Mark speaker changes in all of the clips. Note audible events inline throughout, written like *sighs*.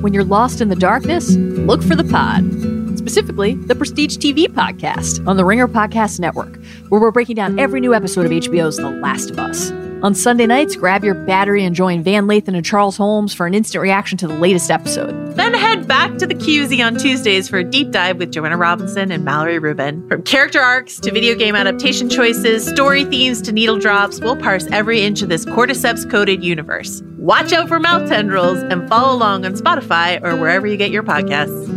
Speaker 1: When you're lost in the darkness, look for the pod, specifically the Prestige TV podcast on the Ringer Podcast Network, where we're breaking down every new episode of HBO's The Last of Us. On Sunday nights, grab your battery and join Van Lathan and Charles Holmes for an instant reaction to the latest episode.
Speaker 2: Then head back to the QZ on Tuesdays for a deep dive with Joanna Robinson and Mallory Rubin. From character arcs to video game adaptation choices, story themes to needle drops, we'll parse every inch of this cordyceps coded universe. Watch out for mouth tendrils and follow along on Spotify or wherever you get your podcasts.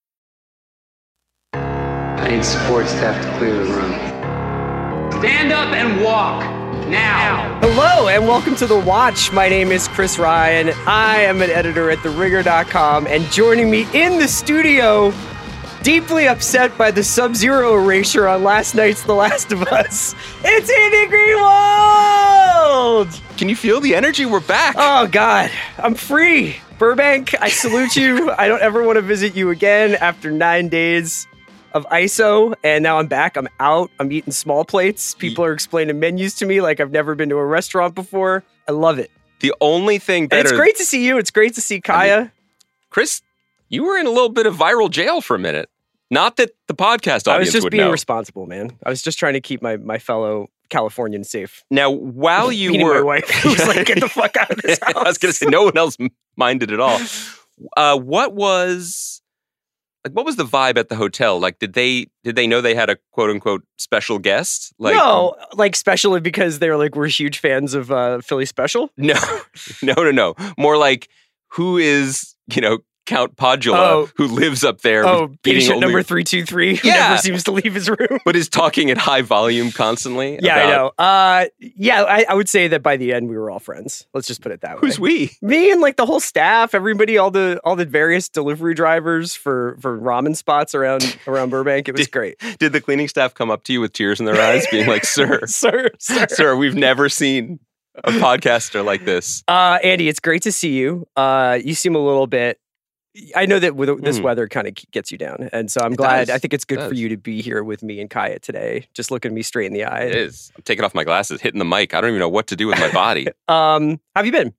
Speaker 3: I need support staff to clear the room.
Speaker 4: Stand up and walk now.
Speaker 5: Hello and welcome to The Watch. My name is Chris Ryan. I am an editor at TheRigger.com and joining me in the studio, deeply upset by the Sub Zero erasure on last night's The Last of Us, it's Andy Greenwald!
Speaker 6: Can you feel the energy? We're back.
Speaker 5: Oh, God, I'm free. Burbank, I salute you. I don't ever want to visit you again after nine days of ISO, and now I'm back. I'm out. I'm eating small plates. People are explaining menus to me like I've never been to a restaurant before. I love it.
Speaker 6: the only thing
Speaker 5: And
Speaker 6: better.
Speaker 5: it's great to see you. It's great to see Kaya.
Speaker 6: Chris, you were in a little bit of viral jail for a minute. Not that the podcast audience
Speaker 5: I was just
Speaker 6: would
Speaker 5: being
Speaker 6: know.
Speaker 5: responsible, man. I was just trying to keep my, my fellow Californian safe.
Speaker 6: now, while you
Speaker 5: Beating
Speaker 6: were,
Speaker 5: my wife, *laughs* who was like, "Get the fuck out of this house."
Speaker 6: *laughs* I was going to say no one else m- minded at
Speaker 5: *laughs*
Speaker 6: all. Uh, what was like? What was the vibe at the hotel? Like, did they did they know they had a quote unquote special guest? Like,
Speaker 5: no, like especially because they're like we're huge fans of uh, Philly Special.
Speaker 6: *laughs* no, no, no, no. More like who is you know Count Podula
Speaker 5: Oh.
Speaker 6: who lives up there?
Speaker 5: Oh,
Speaker 6: with beating
Speaker 5: patient
Speaker 6: only-
Speaker 5: number three two three *laughs* who
Speaker 6: Yeah.
Speaker 5: never seems to leave his room. *laughs*
Speaker 6: but is talking at high volume constantly.
Speaker 5: Yeah, I
Speaker 6: about-
Speaker 5: know. Uh, yeah, I, I would say that by the end we were all friends. Let's just put it that way.
Speaker 6: Who's we?
Speaker 5: me and like the whole staff, everybody, all the all the various delivery drivers for for ramen spots
Speaker 6: *laughs*
Speaker 5: around around Burbank. It was great, *laughs*
Speaker 6: Did the cleaning staff come up to you with tears in their eyes, being like, "Sir,
Speaker 5: sir. *laughs* sir.
Speaker 6: sir, we've never seen a podcaster like this."
Speaker 5: Uh, Andy, it's great to see you. Uh, you seem a little bit. I know that with this
Speaker 6: Mm.
Speaker 5: weather kind of gets you down, and so I'm
Speaker 6: It
Speaker 5: glad.
Speaker 6: does.
Speaker 5: I think it's good
Speaker 6: It
Speaker 5: for
Speaker 6: does.
Speaker 5: you to be here with me and Kaya today. Just looking me straight in the
Speaker 6: It
Speaker 5: eye.
Speaker 6: is. I'm taking off my glasses, hitting the mic. I don't even know what to do with my
Speaker 5: *laughs*
Speaker 6: body.
Speaker 5: Um, how have you been?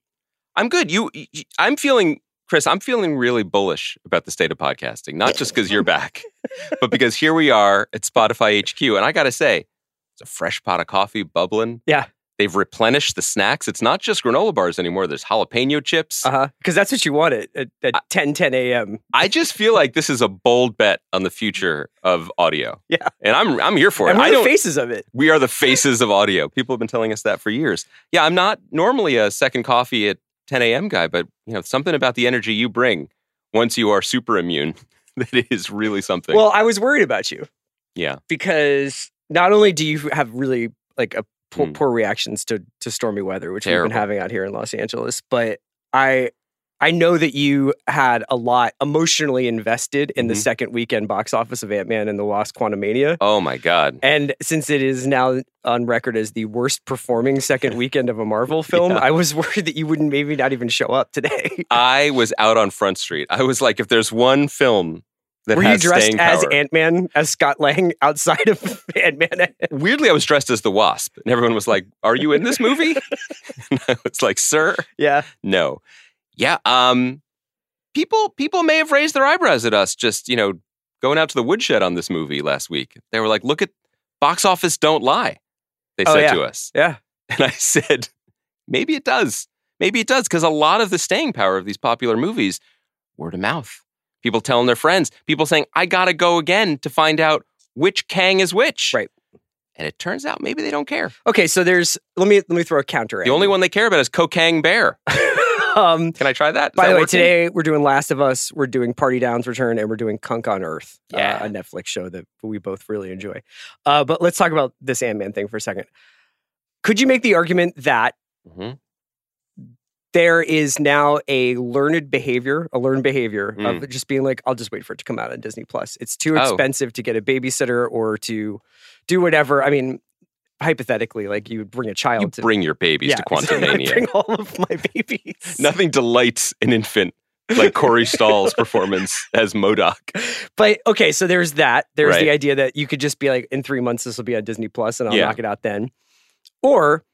Speaker 6: I'm good. You, you- I'm feeling, Chris. I'm feeling really bullish about the state of podcasting. Not just because
Speaker 5: *laughs*
Speaker 6: you're back, but because here we are at Spotify HQ, and I gotta say, it's a fresh pot of coffee bubbling.
Speaker 5: Yeah.
Speaker 6: They've replenished the snacks. It's not just granola bars anymore. There's jalapeno chips.
Speaker 5: Uh huh. Because that's what you wanted at, at 10 10 a.m.
Speaker 6: I just feel like this is a bold bet on the future of audio.
Speaker 5: Yeah.
Speaker 6: And I'm I'm here for it.
Speaker 5: And we're
Speaker 6: I
Speaker 5: the
Speaker 6: don't
Speaker 5: faces of it.
Speaker 6: we are the faces of audio. People have been telling us that for years. Yeah, I'm not normally a second coffee at 10 a.m. guy, but you know, something about the energy you bring once you are super immune *laughs* that is really something.
Speaker 5: Well, I was worried about you.
Speaker 6: Yeah.
Speaker 5: Because not only do you have really like a poor,
Speaker 6: Mm.
Speaker 5: poor reactions to to stormy weather, which we've
Speaker 6: Terrible.
Speaker 5: been having out here in Los Angeles, but I I know that you had a lot emotionally invested in the
Speaker 6: Mhm.
Speaker 5: second weekend box office of Ant Man and the Lost Quantumania.
Speaker 6: oh my god.
Speaker 5: And since it is now on record as the worst performing
Speaker 6: *laughs*
Speaker 5: second weekend of a Marvel film,
Speaker 6: Yeah.
Speaker 5: I was *laughs* worried that you wouldn't maybe not even show up today.
Speaker 6: I was out on Front Street. I was like, if there's one film that
Speaker 5: Were you
Speaker 6: has
Speaker 5: dressed
Speaker 6: staying
Speaker 5: as
Speaker 6: power-
Speaker 5: Ant Man, as Scott Lang *laughs* outside of Ant Man
Speaker 6: Weirdly, I was dressed as the Wasp, and everyone was like, "Are you in this movie?" *laughs* and I was like, "Sir,
Speaker 5: Yeah.
Speaker 6: No. Yeah. Um people people may have raised their eyebrows at us just, you know, going out to the woodshed on this movie last week. They were like, look at box office don't lie, they
Speaker 5: Oh,
Speaker 6: said
Speaker 5: yeah.
Speaker 6: to us.
Speaker 5: Yeah.
Speaker 6: And I said, maybe it does. Maybe it does, because a lot of the staying power of these popular movies, word of mouth. people telling their friends, people saying, I got to go again to find out which Kang is which.
Speaker 5: Right.
Speaker 6: And it turns out maybe they don't care.
Speaker 5: Okay, so there's let me let me throw a counter.
Speaker 6: The only one they care about is Kokang Bear.
Speaker 5: *laughs* um,
Speaker 6: Can I try that? Is
Speaker 5: By
Speaker 6: that
Speaker 5: the way,
Speaker 6: working?
Speaker 5: today we're doing Last of Us, we're doing Party Down's Return, and we're doing Kunk on Earth, uh,
Speaker 6: Yeah.
Speaker 5: a Netflix show that we both really enjoy. Uh, but let's talk about this Ant Man thing for a second. Could you make the argument that
Speaker 6: Mhm.
Speaker 5: there is now a learned behavior, a learned behavior
Speaker 6: Mm.
Speaker 5: of just being like, I'll just wait for it to come out on Disney Plus. It's too
Speaker 6: Oh.
Speaker 5: expensive to get a babysitter or to do whatever. I mean, hypothetically, like you would bring a child
Speaker 6: You
Speaker 5: to
Speaker 6: bring your babies
Speaker 5: yeah, *laughs*
Speaker 6: to
Speaker 5: exactly.
Speaker 6: Quantum Mania.
Speaker 5: bring all of my babies.
Speaker 6: Nothing delights an infant like Corey Stahl's performance as Modoc.
Speaker 5: But okay, so there's that. There's
Speaker 6: Right.
Speaker 5: the idea that you could just be like, in three months, this will be on Disney Plus, and I'll
Speaker 6: Yeah.
Speaker 5: knock it out then. Or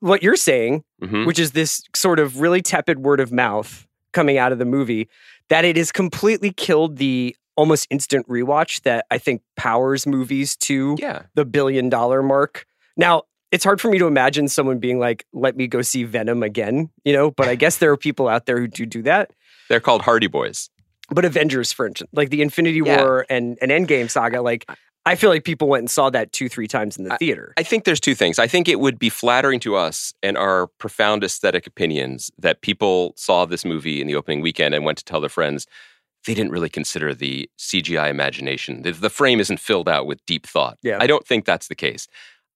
Speaker 5: what you're saying, *laughs*
Speaker 6: Mhm.
Speaker 5: which is this sort of really tepid word of mouth coming out of the movie, that it has completely killed the almost instant rewatch that I think powers movies to
Speaker 6: Yeah.
Speaker 5: the billion dollar mark. Now, it's hard for me to imagine someone being like, let me go see Venom again, you know, but I guess there are people out there who do do that
Speaker 6: They're called Hardy Boys.
Speaker 5: but Avengers, for instance, like the Infinity
Speaker 6: Yeah.
Speaker 5: War and an Endgame saga, like I feel like people went and saw that two, three times in the theater.
Speaker 6: I think there's two things. I think it would be flattering to us and our profound aesthetic opinions that people saw this movie in the opening weekend and went to tell their friends they didn't really consider the CGI imagination. The, the frame isn't filled out with deep thought.
Speaker 5: Yeah.
Speaker 6: I don't think that's the case.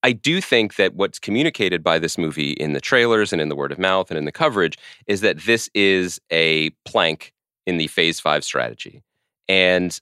Speaker 6: I do think that what's communicated by this movie in the trailers and in the word of mouth and in the coverage is that this is a plank in the phase five strategy. And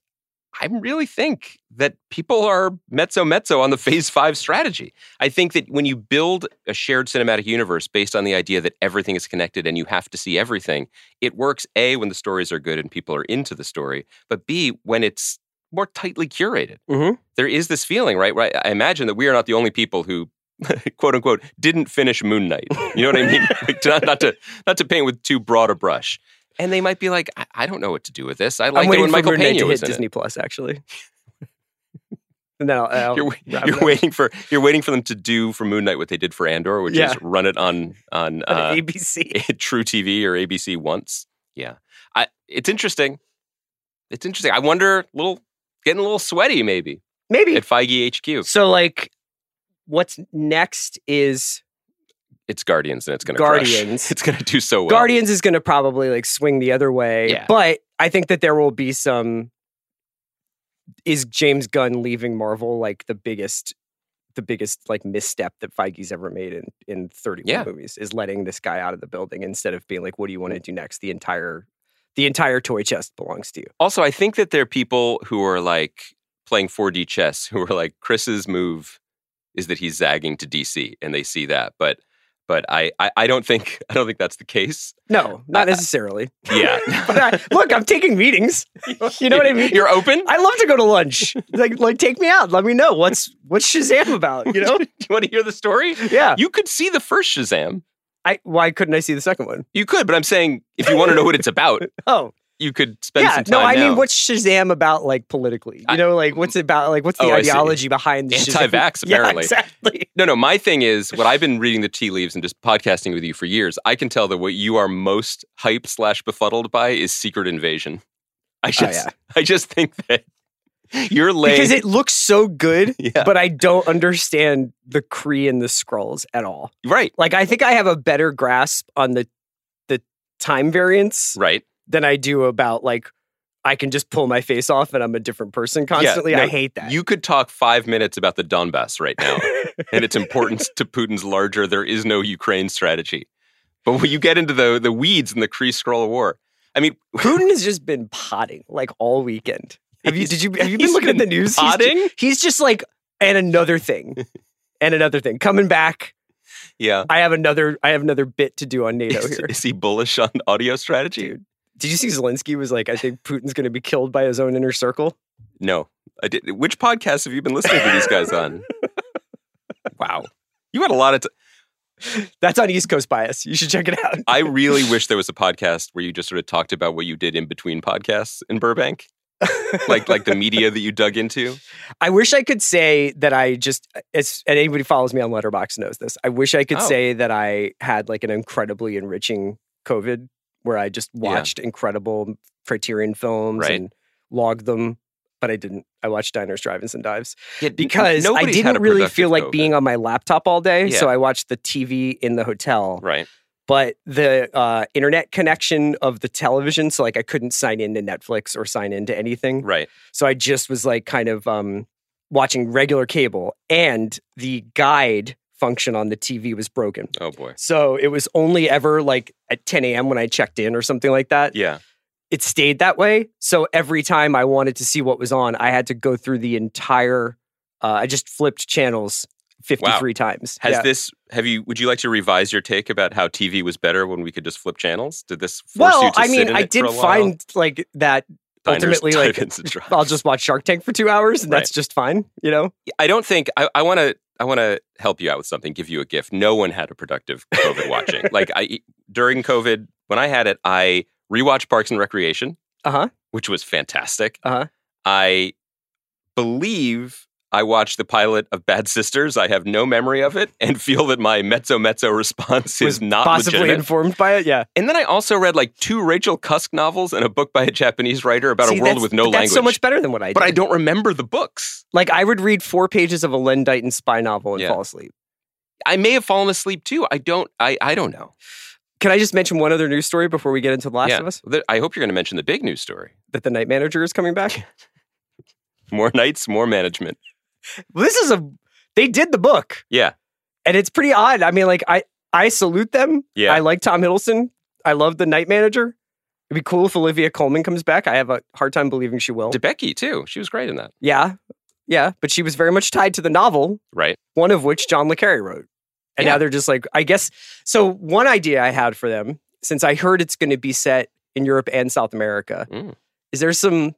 Speaker 6: I really think that people are mezzo mezzo on the *laughs* phase five strategy. I think that when you build a shared cinematic universe based on the idea that everything is connected and you have to see everything, it works A, when the stories are good and people are into the story, but B, when it's more tightly curated.
Speaker 5: Mhm.
Speaker 6: There is this feeling, right? Right. I imagine that we are not the only people who *laughs* quote unquote didn't finish Moon Knight. You know what I mean? *laughs* like to, not to not to paint with too broad a brush. And they might be like, I, I don't know what to do with this. I
Speaker 5: I'm
Speaker 6: like it
Speaker 5: waiting
Speaker 6: when
Speaker 5: for
Speaker 6: Michael
Speaker 5: Moon Knight
Speaker 6: Pena
Speaker 5: to
Speaker 6: was
Speaker 5: hit
Speaker 6: in it.
Speaker 5: Disney Plus, actually. *laughs* and then I'll, I'll
Speaker 6: you're,
Speaker 5: wrap
Speaker 6: you're
Speaker 5: it up.
Speaker 6: waiting for you're waiting for them to do for Moon Knight what they did for Andor, which
Speaker 5: Yeah.
Speaker 6: is run it on on
Speaker 5: on
Speaker 6: *laughs* uh,
Speaker 5: ABC.
Speaker 6: True TV or ABC once. Yeah, I, it's interesting. It's interesting. I wonder, little getting a little sweaty maybe
Speaker 5: Maybe.
Speaker 6: at Feige HQ.
Speaker 5: So, like, what's next is
Speaker 6: It's Guardians and it's going to
Speaker 5: Guardians.
Speaker 6: *laughs* It's going to do so well.
Speaker 5: Guardians is going to probably like swing the other way.
Speaker 6: Yeah.
Speaker 5: But I think that there will be some. Is James Gunn leaving Marvel like the biggest, the biggest like misstep that Feige's ever made in in thirty one
Speaker 6: Yeah.
Speaker 5: movies? Is letting this guy out of the building instead of being like, "What do you want to do next?" The entire, the entire toy chest belongs to you.
Speaker 6: Also, I think that there are people who are like playing 4D chess who are like Chris's move is that he's zagging to DC, and they see that, but. But I, I, I don't think *laughs* I don't think that's the case.
Speaker 5: No, not
Speaker 6: I- I- *laughs*
Speaker 5: necessarily.
Speaker 6: Yeah.
Speaker 5: but I, look, I'm taking meetings. You know what I mean?
Speaker 6: You're open.
Speaker 5: I love to go to lunch. Like, like take me out. Let me know what's what's Shazam about. You *laughs*
Speaker 6: *laughs*
Speaker 5: know?
Speaker 6: Do *laughs* you want to hear the story?
Speaker 5: Yeah.
Speaker 6: You could see the first Shazam.
Speaker 5: I why couldn't I see the second one?
Speaker 6: You could, but I'm saying if you want to know what
Speaker 5: *laughs*
Speaker 6: it's about,
Speaker 5: Oh,
Speaker 6: you could spend
Speaker 5: yeah.
Speaker 6: some time.
Speaker 5: no, I
Speaker 6: now.
Speaker 5: mean, what's Shazam about, like politically? You
Speaker 6: I-
Speaker 5: know, like what's it about, like what's the
Speaker 6: Oh, I see.
Speaker 5: ideology behind the Shazam?
Speaker 6: Anti-vax,
Speaker 5: *laughs*
Speaker 6: apparently.
Speaker 5: Yeah,
Speaker 6: *laughs*
Speaker 5: exactly.
Speaker 6: No, no. My thing is what I've been reading the tea leaves and just podcasting with you for years. I can tell that what you are most hyped slash befuddled by is Secret Invasion. I just,
Speaker 5: Oh, yeah.
Speaker 6: *laughs* I just think that you're late.
Speaker 5: Because it looks so good,
Speaker 6: *laughs* Yeah.
Speaker 5: but I don't understand the Kree and the Skrulls at all.
Speaker 6: right,
Speaker 5: Like, I think I have a better grasp on the the time variance
Speaker 6: right.
Speaker 5: than I do about like I can just pull my face off and I'm a different person constantly.
Speaker 6: no,
Speaker 5: I hate that.
Speaker 6: You could talk five minutes about the Donbass right
Speaker 5: *laughs*
Speaker 6: now and its importance to Putin's larger there is no Ukraine strategy. But when you get into the the weeds in the Kree Scroll War, I mean,
Speaker 5: Putin has just been potting like all weekend. Have you?
Speaker 6: He's-
Speaker 5: Did you? Have you
Speaker 6: he's
Speaker 5: been looking at the
Speaker 6: been
Speaker 5: news? He's ju-
Speaker 6: potting?
Speaker 5: He's, just like, and another *laughs* thing, and another thing coming back.
Speaker 6: yeah.
Speaker 5: I have another. I have another bit to do on NATO
Speaker 6: Is,
Speaker 5: here.
Speaker 6: is he bullish on audio strategy?
Speaker 5: Dude. Did you see Zelensky was like, I think Putin's going to be killed by his own inner circle?
Speaker 6: No. I did. Which podcasts have you been listening to these
Speaker 5: *laughs*
Speaker 6: guys on? wow. You had a lot of. T-
Speaker 5: That's on East Coast bias. You should check it out.
Speaker 6: I really wish there was a podcast where you just sort of talked about what you did in between podcasts in Burbank,
Speaker 5: *laughs*
Speaker 6: like like the media that you dug into.
Speaker 5: I wish I could say that I just, uh, as and anybody who follows me on Letterbox knows this. I wish I could
Speaker 6: Oh.
Speaker 5: say that I had like an incredibly enriching COVID where I just watched incredible Criterion films
Speaker 6: Right.
Speaker 5: and logged them, but I didn't. I watched Diners, Drive-ins, and Dives
Speaker 6: Yeah, n-
Speaker 5: because I
Speaker 6: nobody's had
Speaker 5: didn't
Speaker 6: a
Speaker 5: really
Speaker 6: productive
Speaker 5: feel like
Speaker 6: COVID.
Speaker 5: being on my laptop all day.
Speaker 6: Yeah.
Speaker 5: So I watched the TV in the hotel.
Speaker 6: right.
Speaker 5: But the uh, internet connection of the television, so like I couldn't sign into Netflix or sign into anything.
Speaker 6: Right.
Speaker 5: So I just was like kind of um, watching regular cable, and the guide function on the TV was broken.
Speaker 6: Oh boy.
Speaker 5: So it was only ever like at 10 a.m. when I checked in or something like that.
Speaker 6: Yeah.
Speaker 5: It stayed that way. So every time I wanted to see what was on, I had to go through the entire. Uh, I just flipped channels 53 times.
Speaker 6: Has
Speaker 5: Yeah.
Speaker 6: this? Have you? Would you like to revise your take about how TV was better when we could just flip channels? Did this force you
Speaker 5: well,
Speaker 6: to
Speaker 5: I
Speaker 6: sit
Speaker 5: mean,
Speaker 6: in
Speaker 5: I
Speaker 6: it for
Speaker 5: did
Speaker 6: a while?
Speaker 5: find like that.
Speaker 6: Diners,
Speaker 5: ultimately, like,
Speaker 6: drive-ins, and
Speaker 5: *laughs*
Speaker 6: drives.
Speaker 5: I'll just watch Shark Tank for two hours, and that's
Speaker 6: Right.
Speaker 5: just fine. You know,
Speaker 6: I don't think I want to. I want to help you out with something. Give you a gift. No one had a productive
Speaker 5: *laughs*
Speaker 6: COVID watching. Like I e, during COVID, when I had it, I rewatched Parks and Recreation,
Speaker 5: Uh-huh.
Speaker 6: which was fantastic.
Speaker 5: Uh-huh.
Speaker 6: I believe I watched the pilot of Bad Sisters. I have no memory of it, and feel that my mezzo mezzo response is
Speaker 5: was
Speaker 6: not
Speaker 5: possibly
Speaker 6: legitimate.
Speaker 5: informed by it. Yeah,
Speaker 6: and then I also read like two Rachel Cusk novels and a book by a Japanese writer about
Speaker 5: See,
Speaker 6: a world
Speaker 5: that's-
Speaker 6: with no
Speaker 5: that's
Speaker 6: language.
Speaker 5: so much better than what I. Did.
Speaker 6: but I don't remember the books.
Speaker 5: like. I would read four pages of a Len Dighton spy novel and
Speaker 6: Yeah.
Speaker 5: fall asleep.
Speaker 6: I may have fallen asleep too. I don't. I I don't know.
Speaker 5: Can I just mention one other news story before we get into The Last
Speaker 6: Yeah.
Speaker 5: of Us?
Speaker 6: Th- I hope you're going to mention the big news story.
Speaker 5: That the night manager is coming back.
Speaker 6: More *laughs* nights, more management.
Speaker 5: well, this is a they did the book.
Speaker 6: Yeah.
Speaker 5: And it's pretty odd. I mean, like I I salute them.
Speaker 6: Yeah.
Speaker 5: I like Tom Hiddleston. I love the night manager. It'd be cool if Olivia Coleman comes back. I have a hard time believing she will.
Speaker 6: DeBecky too. She was great in that.
Speaker 5: yeah. Yeah. But she was very much tied to the novel,
Speaker 6: Right.
Speaker 5: one of which John Le Carre wrote. And
Speaker 6: Yeah.
Speaker 5: now they're just like, I guess so one idea I had for them, since I heard it's gonna be set in Europe and South America,
Speaker 6: Mm.
Speaker 5: is there some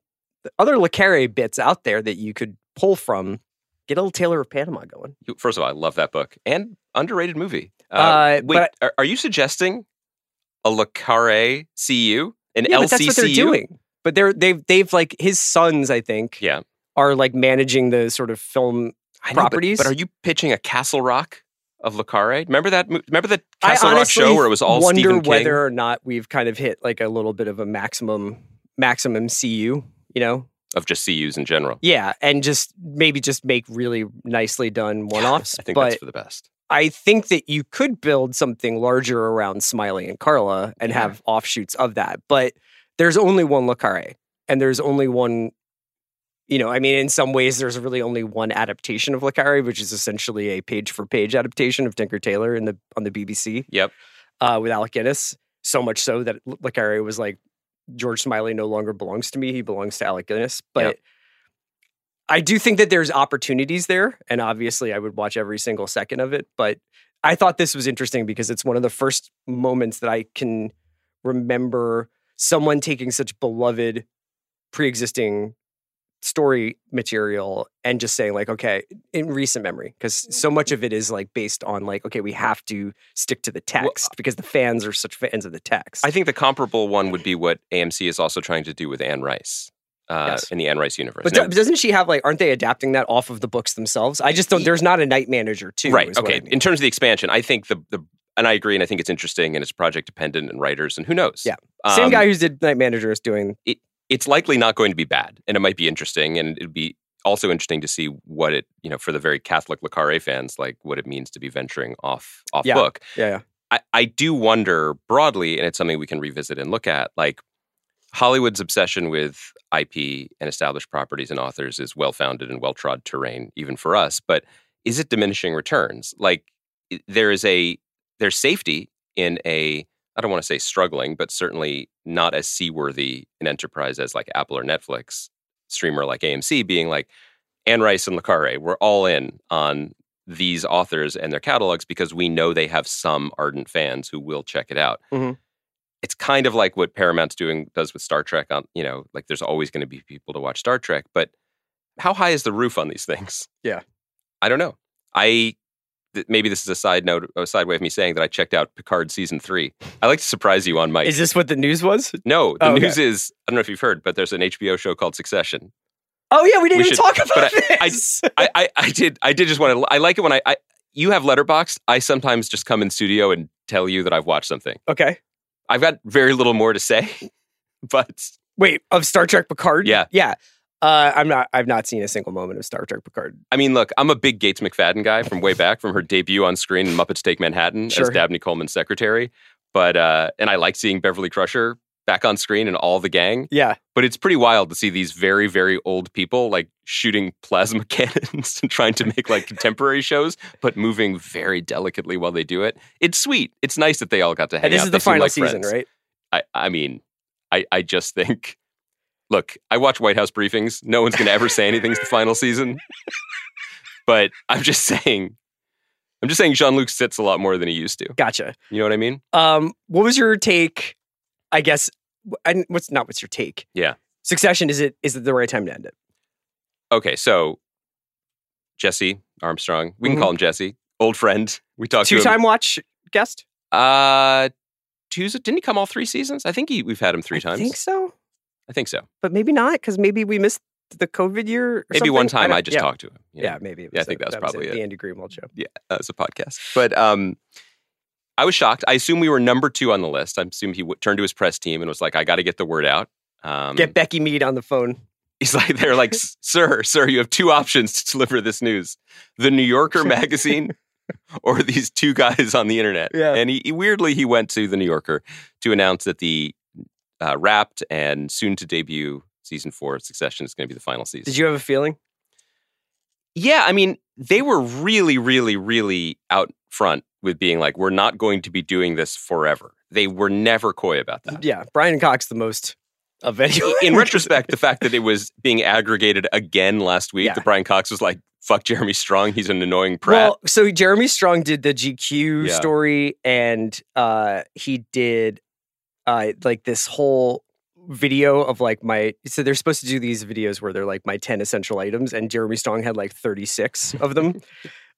Speaker 5: other Le Carre bits out there that you could pull from? Get a little Taylor of Panama going.
Speaker 6: You- First of all, I love that book and underrated movie. Uh,
Speaker 5: Uh,
Speaker 6: wait,
Speaker 5: but-
Speaker 6: are, are you suggesting a Le Carre CU? An
Speaker 5: yeah,
Speaker 6: LCCU?
Speaker 5: but that's what they're doing. But they're they've they've like his sons, I think,
Speaker 6: Yeah.
Speaker 5: are like managing the sort of film.
Speaker 6: I know, but-
Speaker 5: Properties?
Speaker 6: But, are you pitching a Castle Rock of Le Carre? Remember that? mo- Remember the
Speaker 5: I
Speaker 6: Castle Rock
Speaker 5: honestly
Speaker 6: show where it was all
Speaker 5: wonder
Speaker 6: Stephen King?
Speaker 5: whether or not we've kind of hit like a little bit of a maximum maximum CU, you know?
Speaker 6: of just CUs in general.
Speaker 5: Yeah, and just maybe just make really nicely done one-offs.
Speaker 6: I think
Speaker 5: but
Speaker 6: that's for the best.
Speaker 5: I think that you could build something larger around Smiley and Carla and
Speaker 6: Yeah.
Speaker 5: have offshoots of that. But there's only one Lacare, and there's only one. You know, I mean, in some ways, there's really only one adaptation of Lacare, which is essentially a page-for-page adaptation of Tinker Tailor in the on the BBC
Speaker 6: Yep.
Speaker 5: uh, with Alec Guinness. So much so that Lacare was like, George Smiley no longer belongs to me; he belongs to Alec Guinness. But
Speaker 6: Yep.
Speaker 5: I do think that there's opportunities there, and obviously, I would watch every single second of it. But I thought this was interesting because it's one of the first moments that I can remember someone taking such beloved, pre-existing story material and just saying like okay in recent memory because so much of it is like based on like okay we have to stick to the text because the fans are such fans of the text
Speaker 6: I think the comparable one would be what AMC is also trying to do with Anne Rice uh,
Speaker 5: Yes.
Speaker 6: in the Anne Rice universe.
Speaker 5: but
Speaker 6: Now,
Speaker 5: do- doesn't she have like aren't they adapting that off of the books themselves i just don't there's not a night manager too
Speaker 6: right.
Speaker 5: is what
Speaker 6: Okay.
Speaker 5: I mean.
Speaker 6: In terms of the expansion, I think the the and I agree, and I think it's interesting, and it's project dependent, and writers, and who knows? Um,
Speaker 5: Yeah. same guy who did night manager is doing
Speaker 6: It's likely not going to be bad, and it might be interesting, and it'd be also interesting to see what it you know for the very Catholic Lacare fans, like what it means to be venturing off off
Speaker 5: Yeah.
Speaker 6: book.
Speaker 5: yeah, yeah.
Speaker 6: I, I do wonder broadly, and it's something we can revisit and look at, like Hollywood's obsession with IP and established properties and authors is well founded and well trod terrain, even for us. But is it diminishing returns? Like i- there is a there's safety in a I don't want to say struggling, but certainly not as seaworthy an enterprise as like Apple or Netflix, streamer like AMC being like Anne Rice and Lacare, we're all in on these authors and their catalogs because we know they have some ardent fans who will check it out.
Speaker 5: Mhm.
Speaker 6: It's kind of like what Paramount's doing does with Star Trek on, you know, like there's always going to be people to watch Star Trek, but how high is the roof on these things?
Speaker 5: Yeah.
Speaker 6: I don't know. I th- maybe this is a side note, a side way of me saying that I checked out Picard season 3. I like to surprise you on my
Speaker 5: is this what the news was
Speaker 6: No, the
Speaker 5: Oh, okay.
Speaker 6: news is I don't know if you've heard, but there's an HBO show called Succession
Speaker 5: oh yeah we didn't
Speaker 6: We
Speaker 5: even
Speaker 6: should-
Speaker 5: talk about
Speaker 6: but I- I-
Speaker 5: this *laughs*
Speaker 6: I, I, I did I did just want to I like it when I, I you have letterboxed. I sometimes just come in studio and tell you that I've watched something.
Speaker 5: okay
Speaker 6: I've got very little more to say, *laughs* but
Speaker 5: Wait, of Star Trek Picard?
Speaker 6: Yeah.
Speaker 5: Yeah. Uh, I'm not I've not seen a single moment of Star Trek Picard.
Speaker 6: I mean, look, I'm a big Gates McFadden guy from way back, from her debut on screen in Muppets Take Manhattan
Speaker 5: Sure.
Speaker 6: as Dabney Coleman's secretary. But uh, and I like seeing Beverly Crusher back on screen and all the gang.
Speaker 5: Yeah.
Speaker 6: But it's pretty wild to see these very, very old people like shooting *laughs* plasma cannons and trying to make like contemporary shows, but moving very delicately while they do it. It's sweet. It's nice that they all got to hang
Speaker 5: And this
Speaker 6: out.
Speaker 5: is the
Speaker 6: They seem
Speaker 5: final
Speaker 6: like
Speaker 5: season,
Speaker 6: friends.
Speaker 5: right?
Speaker 6: I, I mean, I, I just think, look, I watch White House briefings. No one's going to ever say anything's the final season. But I'm just saying, I'm just saying Jean Luc sits a lot more than he used to.
Speaker 5: Gotcha.
Speaker 6: You know what I mean?
Speaker 5: Um, what was your take? I guess and what's not what's your take?
Speaker 6: Yeah.
Speaker 5: Succession, is it is it the right time to end it?
Speaker 6: Okay, so Jesse Armstrong, we can
Speaker 5: Mhm.
Speaker 6: call him Jesse, old friend. We talked
Speaker 5: Two
Speaker 6: to him.
Speaker 5: time watch guest?
Speaker 6: Uh, Tuesday didn't he come all three seasons? I think he, we've had him three
Speaker 5: I
Speaker 6: times.
Speaker 5: think so.
Speaker 6: I think so.
Speaker 5: But maybe not, because maybe we missed the COVID year or
Speaker 6: Maybe one
Speaker 5: something.
Speaker 6: time
Speaker 5: don't-
Speaker 6: I, just
Speaker 5: yeah.
Speaker 6: talked to him. you know?
Speaker 5: Yeah, maybe. It
Speaker 6: Yeah, I
Speaker 5: was
Speaker 6: think
Speaker 5: that-
Speaker 6: that's
Speaker 5: that was
Speaker 6: probably it. Mm-hmm.
Speaker 5: The Andy Greenwald show.
Speaker 6: as a podcast. But um, I was shocked. I assume we were number two on the list. I assume he w- turned to his press team and was like, "I got to get the word out." Um,
Speaker 5: Get Becky Mead on the phone.
Speaker 6: He's like, "They're *laughs* like, sir, sir, you have two options to deliver this news: the New Yorker magazine." *laughs* Or these two guys on the internet,
Speaker 5: Yeah.
Speaker 6: and he he- weirdly he went to the New Yorker to announce that the uh, wrapped and soon to debut season four of Succession is going to be the final season.
Speaker 5: Did you have a feeling?
Speaker 6: Yeah, I mean, they were really, really, really out front with being like, we're not going to be doing this forever. They were never coy about that.
Speaker 5: Yeah, Brian Cox the most of
Speaker 6: *laughs*
Speaker 5: anyone.
Speaker 6: In retrospect, the fact that it was being aggregated again last week,
Speaker 5: Yeah.
Speaker 6: that Brian Cox was like, fuck Jeremy Strong, he's an annoying prat.
Speaker 5: well, so Jeremy Strong did the GQ
Speaker 6: Yeah.
Speaker 5: story, and uh, he did uh, like this whole video of like my. So they're supposed to do these videos where they're like my ten essential items, and Jeremy Strong had like thirty six of
Speaker 6: *laughs*
Speaker 5: them.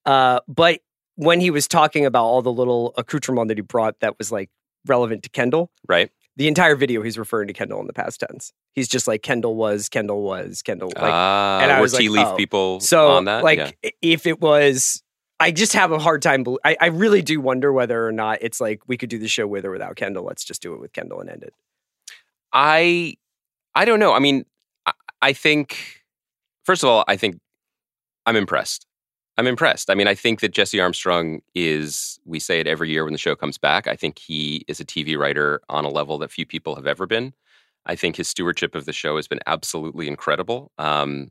Speaker 5: uh, but when he was talking about all the little accoutrement that he brought, that was like relevant to Kendall.
Speaker 6: right?
Speaker 5: The entire video, he's referring to Kendall in the past tense. He's just like Kendall was, Kendall was, Kendall. Like
Speaker 6: Ah,
Speaker 5: and I
Speaker 6: were
Speaker 5: was like,
Speaker 6: tea leaf
Speaker 5: oh.
Speaker 6: people
Speaker 5: so
Speaker 6: on that?
Speaker 5: like
Speaker 6: Yeah.
Speaker 5: i- if it was i just have a hard time bel- I, I really do wonder whether or not it's like we could do the show with or without kendall let's just do it with kendall and end it
Speaker 6: I I don't know. I mean, I, I think first of all, I think I'm impressed. I'm impressed. I mean, I think that Jesse Armstrong is we say it every year when the show comes back. I think he is a TV writer on a level that few people have ever been. I think his stewardship of the show has been absolutely incredible. Um,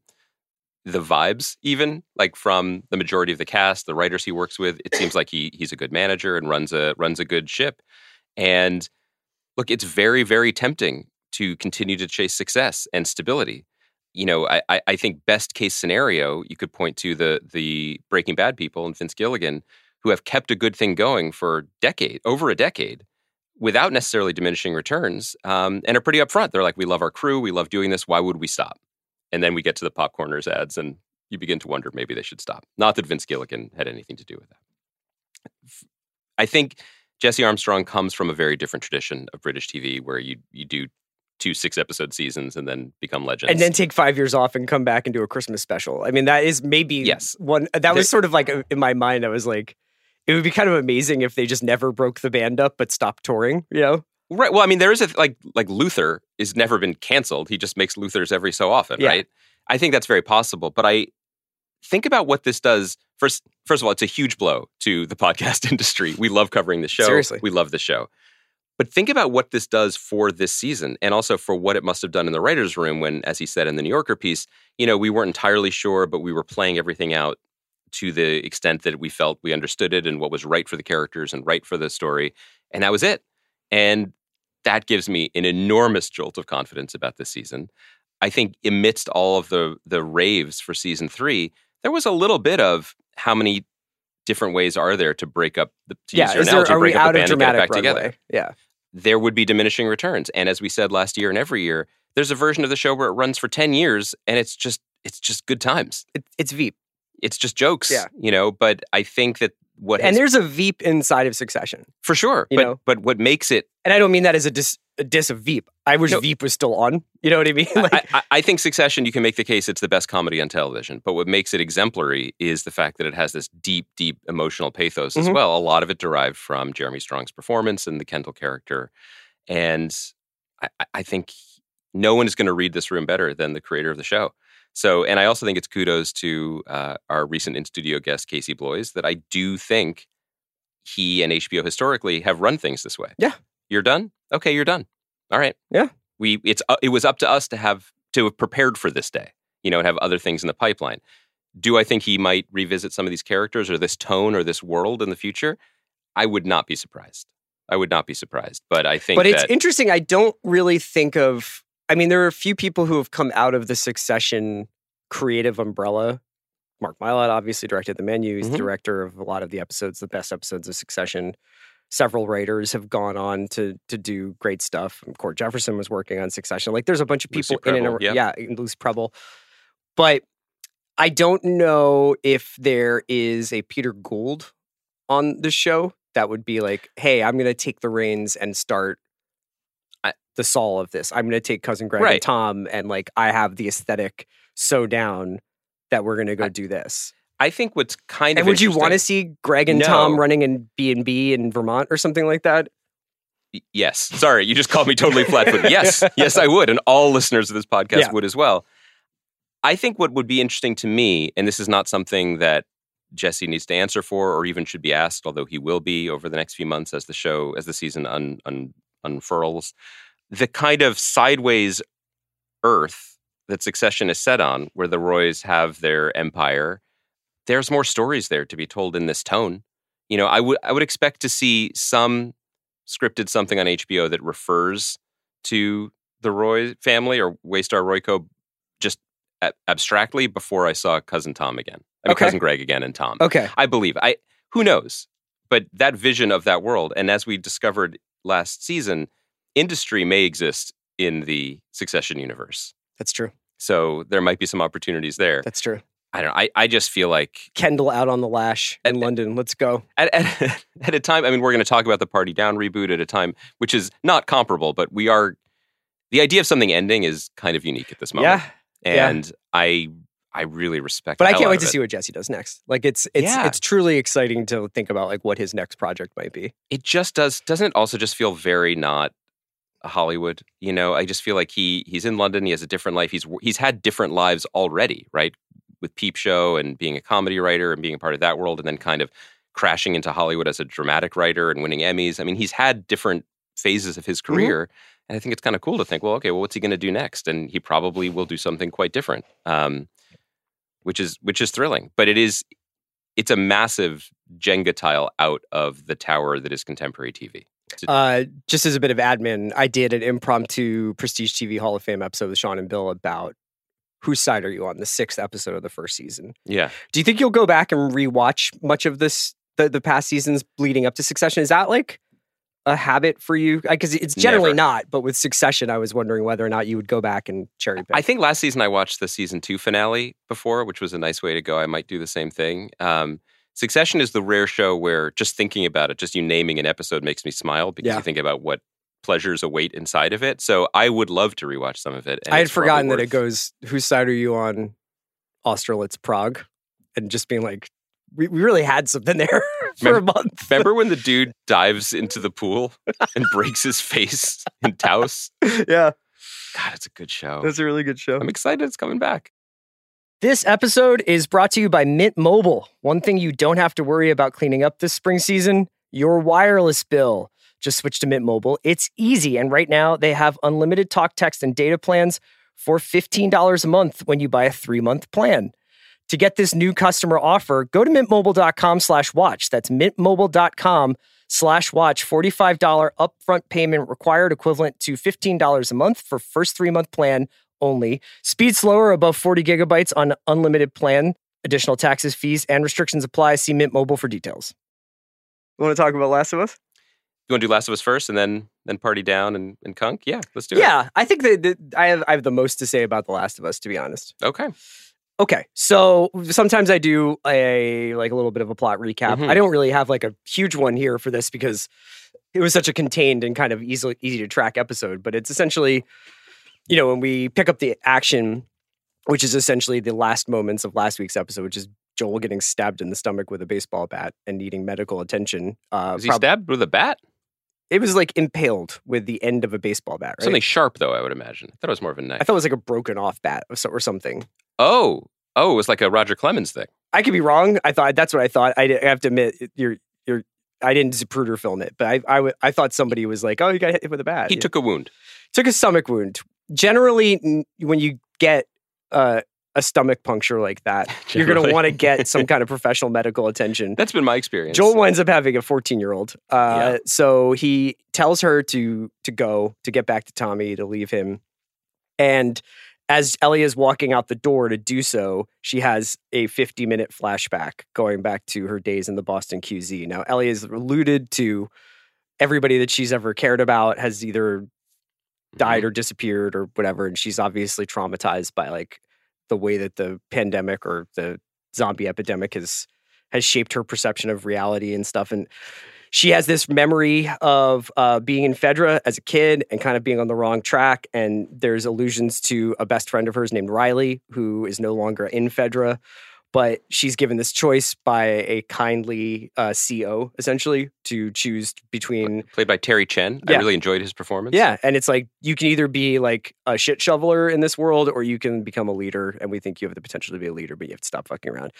Speaker 6: the vibes, even like from the majority of the cast, the writers he works with, it seems like he he's a good manager and runs a runs a good ship. And look, it's very, very tempting to continue to chase success and stability. You know, I, I I think best case scenario, you could point to the the Breaking Bad people and Vince Gilligan, who have kept a good thing going for decade, over a decade, without necessarily diminishing returns, um, and are pretty upfront. They're like, we love our crew, we love doing this. Why would we stop? And then we get to the popcorners ads, and you begin to wonder maybe they should stop. Not that Vince Gilligan had anything to do with that. I think Jesse Armstrong comes from a very different tradition of British TV where you you do two six episode seasons and then become legends.
Speaker 5: and then take five years off and come back and do a christmas special i mean that is maybe
Speaker 6: Yes.
Speaker 5: one that
Speaker 6: The-
Speaker 5: was sort of like uh, in my mind i was like it would be kind of amazing if they just never broke the band up but stopped touring you know
Speaker 6: right. Well, I mean, there is a th- like like Luther is never been canceled. He just makes Luthers every so often,
Speaker 5: Yeah.
Speaker 6: right? I think that's very possible. But I think about what this does. First, first of all, it's a huge blow to the *laughs* podcast industry. We love covering the show.
Speaker 5: Seriously.
Speaker 6: we love the show. But think about what this does for this season and also for what it must have done in the writer's room when, as he said in the New Yorker piece, you know, we weren't entirely sure, but we were playing everything out to the extent that we felt we understood it and what was right for the characters and right for the story. And that was it. And that gives me an enormous jolt of confidence about this season. I think amidst all of the the raves for season three, there was a little bit of how many different ways are there to break up the to use your
Speaker 5: is there,
Speaker 6: analogy,
Speaker 5: are we
Speaker 6: break up
Speaker 5: out
Speaker 6: the
Speaker 5: of
Speaker 6: band and get it
Speaker 5: dramatic
Speaker 6: back together
Speaker 5: runway? yeah
Speaker 6: there would be diminishing returns. And as we said last year and every year, there's a version of the show where it runs for 10 years and it's just it's just good times.
Speaker 5: it, it's veep
Speaker 6: It's just jokes,
Speaker 5: Yeah.
Speaker 6: you know, but I think that what
Speaker 5: and
Speaker 6: has,
Speaker 5: there's a veep inside of succession
Speaker 6: for sure,
Speaker 5: you
Speaker 6: but
Speaker 5: know.
Speaker 6: but what makes it
Speaker 5: and i don't mean that as a dis a diss of veep i wish
Speaker 6: No.
Speaker 5: veep was still on you know what i mean *laughs* like
Speaker 6: I, I, I think Succession, you can make the case it's the best comedy on television. But what makes it exemplary is the fact that it has this deep, deep emotional pathos as
Speaker 5: Mhm.
Speaker 6: well. A lot of it derived from Jeremy Strong's performance and the Kendall character. And I, I- I think no one is going to read this room better than the creator of the show. So, and I also think it's kudos to uh, our recent in studio guest, Casey Bloys, that I do think he and HBO historically have run things this way.
Speaker 5: Yeah.
Speaker 6: You're done? Okay, you're done. All right.
Speaker 5: Yeah.
Speaker 6: We, it's, uh, it was up to us to have, to have prepared for this day, you know, and have other things in the pipeline. Do I think he might revisit some of these characters or this tone or this world in the future? I would not be surprised. I would not be surprised. But I think
Speaker 5: But it's
Speaker 6: that-
Speaker 5: interesting. I don't really think of. I mean, there are a few people who have come out of the Succession creative umbrella. Mark Mylod obviously directed the menu. He's the
Speaker 6: Mhm.
Speaker 5: director of a lot of the episodes, the best episodes of Succession. Several writers have gone on to to do great stuff. Court Jefferson was working on Succession. Like, there's a bunch of
Speaker 6: Lucy
Speaker 5: people in and
Speaker 6: Preble,
Speaker 5: around. Yeah, and Lucy Preble. But I don't know if there is a Peter Gould on the show that would be like, hey, I'm going to take the reins and start uh,
Speaker 6: I-
Speaker 5: the Saul of this. I'm going to take Cousin Greg and
Speaker 6: Right.
Speaker 5: Tom, and like, I have the aesthetic so down that we're going to go
Speaker 6: I-
Speaker 5: do this.
Speaker 6: I think what's kind
Speaker 5: And
Speaker 6: of
Speaker 5: would you want to
Speaker 6: interesting-
Speaker 5: see Greg and Tom
Speaker 6: No.
Speaker 5: running in B&B in Vermont or something like that?
Speaker 6: Y- Yes. Sorry, you just called me totally flat-footed. Yes, yes, I would, and all listeners of this podcast
Speaker 5: Yeah.
Speaker 6: would as well. I think what would be interesting to me, and this is not something that Jesse needs to answer for, or even should be asked, although he will be over the next few months as the show, as the season un, un, unfurls, the kind of sideways earth that Succession is set on, where the Roys have their empire. There's more stories there to be told in this tone. You know, I would I would expect to see some scripted something on HBO that refers to the Roy family or Waystar Royco just a- abstractly before I saw Cousin Tom again. I mean,
Speaker 5: Okay.
Speaker 6: Cousin Greg again and Tom.
Speaker 5: Okay.
Speaker 6: I believe. I who knows, but that vision of that world, and as we discovered last season, industry may exist in the Succession universe.
Speaker 5: That's true.
Speaker 6: So there might be some opportunities there.
Speaker 5: That's true.
Speaker 6: I don't. know. I I just feel like
Speaker 5: Kendall out on the lash in
Speaker 6: And-
Speaker 5: London. Let's go.
Speaker 6: at, at, *laughs* at a time, I mean, we're going to talk about the Party Down reboot at a time, which is not comparable, but we are. The idea of something ending is kind of unique at this moment.
Speaker 5: Yeah. yeah.
Speaker 6: And I I really respect
Speaker 5: But
Speaker 6: the
Speaker 5: I
Speaker 6: hell
Speaker 5: can't
Speaker 6: out
Speaker 5: wait
Speaker 6: of
Speaker 5: to
Speaker 6: it.
Speaker 5: see what Jesse does next. Like it's it's
Speaker 6: Yeah.
Speaker 5: it's truly exciting to think about like what his next project might be.
Speaker 6: It just does, doesn't it also just feel very not Hollywood? You know, I just feel like he he's in London, he has a different life. He's he's had different lives already, right? With Peep Show and being a comedy writer and being a part of that world and then kind of crashing into Hollywood as a dramatic writer and winning Emmys. I mean, he's had different phases of his career. And I think it's kind of cool to think, well, okay, well, what's he going to do next? And he probably will do something quite different, um, which is which is thrilling. But it is it's a massive Jenga tile out of the tower that is contemporary TV.
Speaker 5: Uh, just as a bit of admin, I did an impromptu Prestige TV Hall of Fame episode with Sean and Bill about whose side are you on? The sixth episode of the first season.
Speaker 6: Yeah,
Speaker 5: Do you think you'll go back and rewatch much of this the, the past seasons leading up to Succession? Is that like a habit for you? Because it's generally
Speaker 6: Never.
Speaker 5: not. But with Succession, I was wondering whether or not you would go back and cherry pick.
Speaker 6: I think last season I watched the season two finale before, which was a nice way to go. I might do the same thing. Um, Succession is the rare show where just thinking about it, just you naming an episode makes me smile because
Speaker 5: Yeah.
Speaker 6: you think about what pleasures await inside of it. So I would love to rewatch some of it. and
Speaker 5: I had
Speaker 6: it's probably
Speaker 5: forgotten that it
Speaker 6: worth-
Speaker 5: goes, whose side are you on? Austerlitz Prague. And just being like, we, we really had something there *laughs* for a month.
Speaker 6: *laughs* Remember when the dude dives into the pool and breaks his face in
Speaker 5: *laughs*
Speaker 6: Taos?
Speaker 5: *laughs* yeah,
Speaker 6: God, it's a good show.
Speaker 5: a really good show.
Speaker 6: I'm excited it's coming back.
Speaker 5: This episode is brought to you by Mint Mobile. One thing you don't have to worry about cleaning up this spring season your wireless bill. Just switch to Mint Mobile. It's easy. And right now, they have unlimited talk, text, and data plans for $15 a month when you buy a three month plan. To get this new customer offer, go to mintmobile.com slash watch. That's mintmobile.com slash watch. $45 upfront payment required, equivalent to $15 a month for first three month plan only. Speed slower above 40 gigabytes on unlimited plan. Additional taxes, fees, and restrictions apply. See Mint Mobile for details. Want to talk about Last of Us?
Speaker 6: You want to do Last of Us first and then then Party Down and, and Kunk? Yeah, let's do
Speaker 5: yeah, I think that, that I have I have the most to say about The Last of Us, to be honest.
Speaker 6: it. Okay.
Speaker 5: Okay, so sometimes I do a like a little bit of a plot recap.
Speaker 6: Mhm.
Speaker 5: I don't really have like a huge one here for this because it was such a contained and kind of easily easy to track episode. But it's essentially, you know, when we pick up the action, which is essentially the last moments of last week's episode, which is Joel getting stabbed in the stomach with a baseball bat and needing medical attention. Uh,
Speaker 6: Was he
Speaker 5: prob-
Speaker 6: stabbed with a bat?
Speaker 5: It was like impaled with the end of a baseball bat, right?
Speaker 6: Something sharp, though, I would imagine. I thought it was more of a knife.
Speaker 5: I thought it was like a broken off bat or so- or something.
Speaker 6: oh, oh, it was like a Roger Clemens thing.
Speaker 5: I could be wrong. I thought that's what I thought. I, di- I have to admit, it- you're you're. I didn't Zapruder film it, but I, I, w- I thought somebody was like, "Oh, you got hit with a bat."
Speaker 6: He
Speaker 5: Yeah.
Speaker 6: took a wound.
Speaker 5: took a stomach wound. Generally, n- when you get uh, a stomach puncture like that, you're going
Speaker 6: Generally.
Speaker 5: to want to get
Speaker 6: *laughs*
Speaker 5: some kind of professional medical attention.
Speaker 6: That's been my experience.
Speaker 5: Joel winds up having a 14 year old. Uh, So he tells her to to go to get back to Tommy to leave him, and as Ellie is walking out the door to do so, she has a 50 minute flashback going back to her days in the Boston QZ. Now Ellie has alluded to everybody that she's ever cared about has either
Speaker 6: Mm-hmm.
Speaker 5: died or disappeared or whatever, and she's obviously traumatized by like the way that the pandemic or the zombie epidemic has has shaped her perception of reality and stuff and she has this memory of uh, being in Fedra as a kid and kind of being on the wrong track. And there's allusions to a best friend of hers named Riley, who is no longer in Fedra, but she's given this choice by a kindly uh, CO, essentially, to choose between
Speaker 6: Played by Terry Chen. I
Speaker 5: Yeah.
Speaker 6: really enjoyed his performance.
Speaker 5: yeah, and it's like you can either be like a shit shoveler in this world, or you can become a leader. And we think you have the potential to be a leader, but you have to stop fucking around.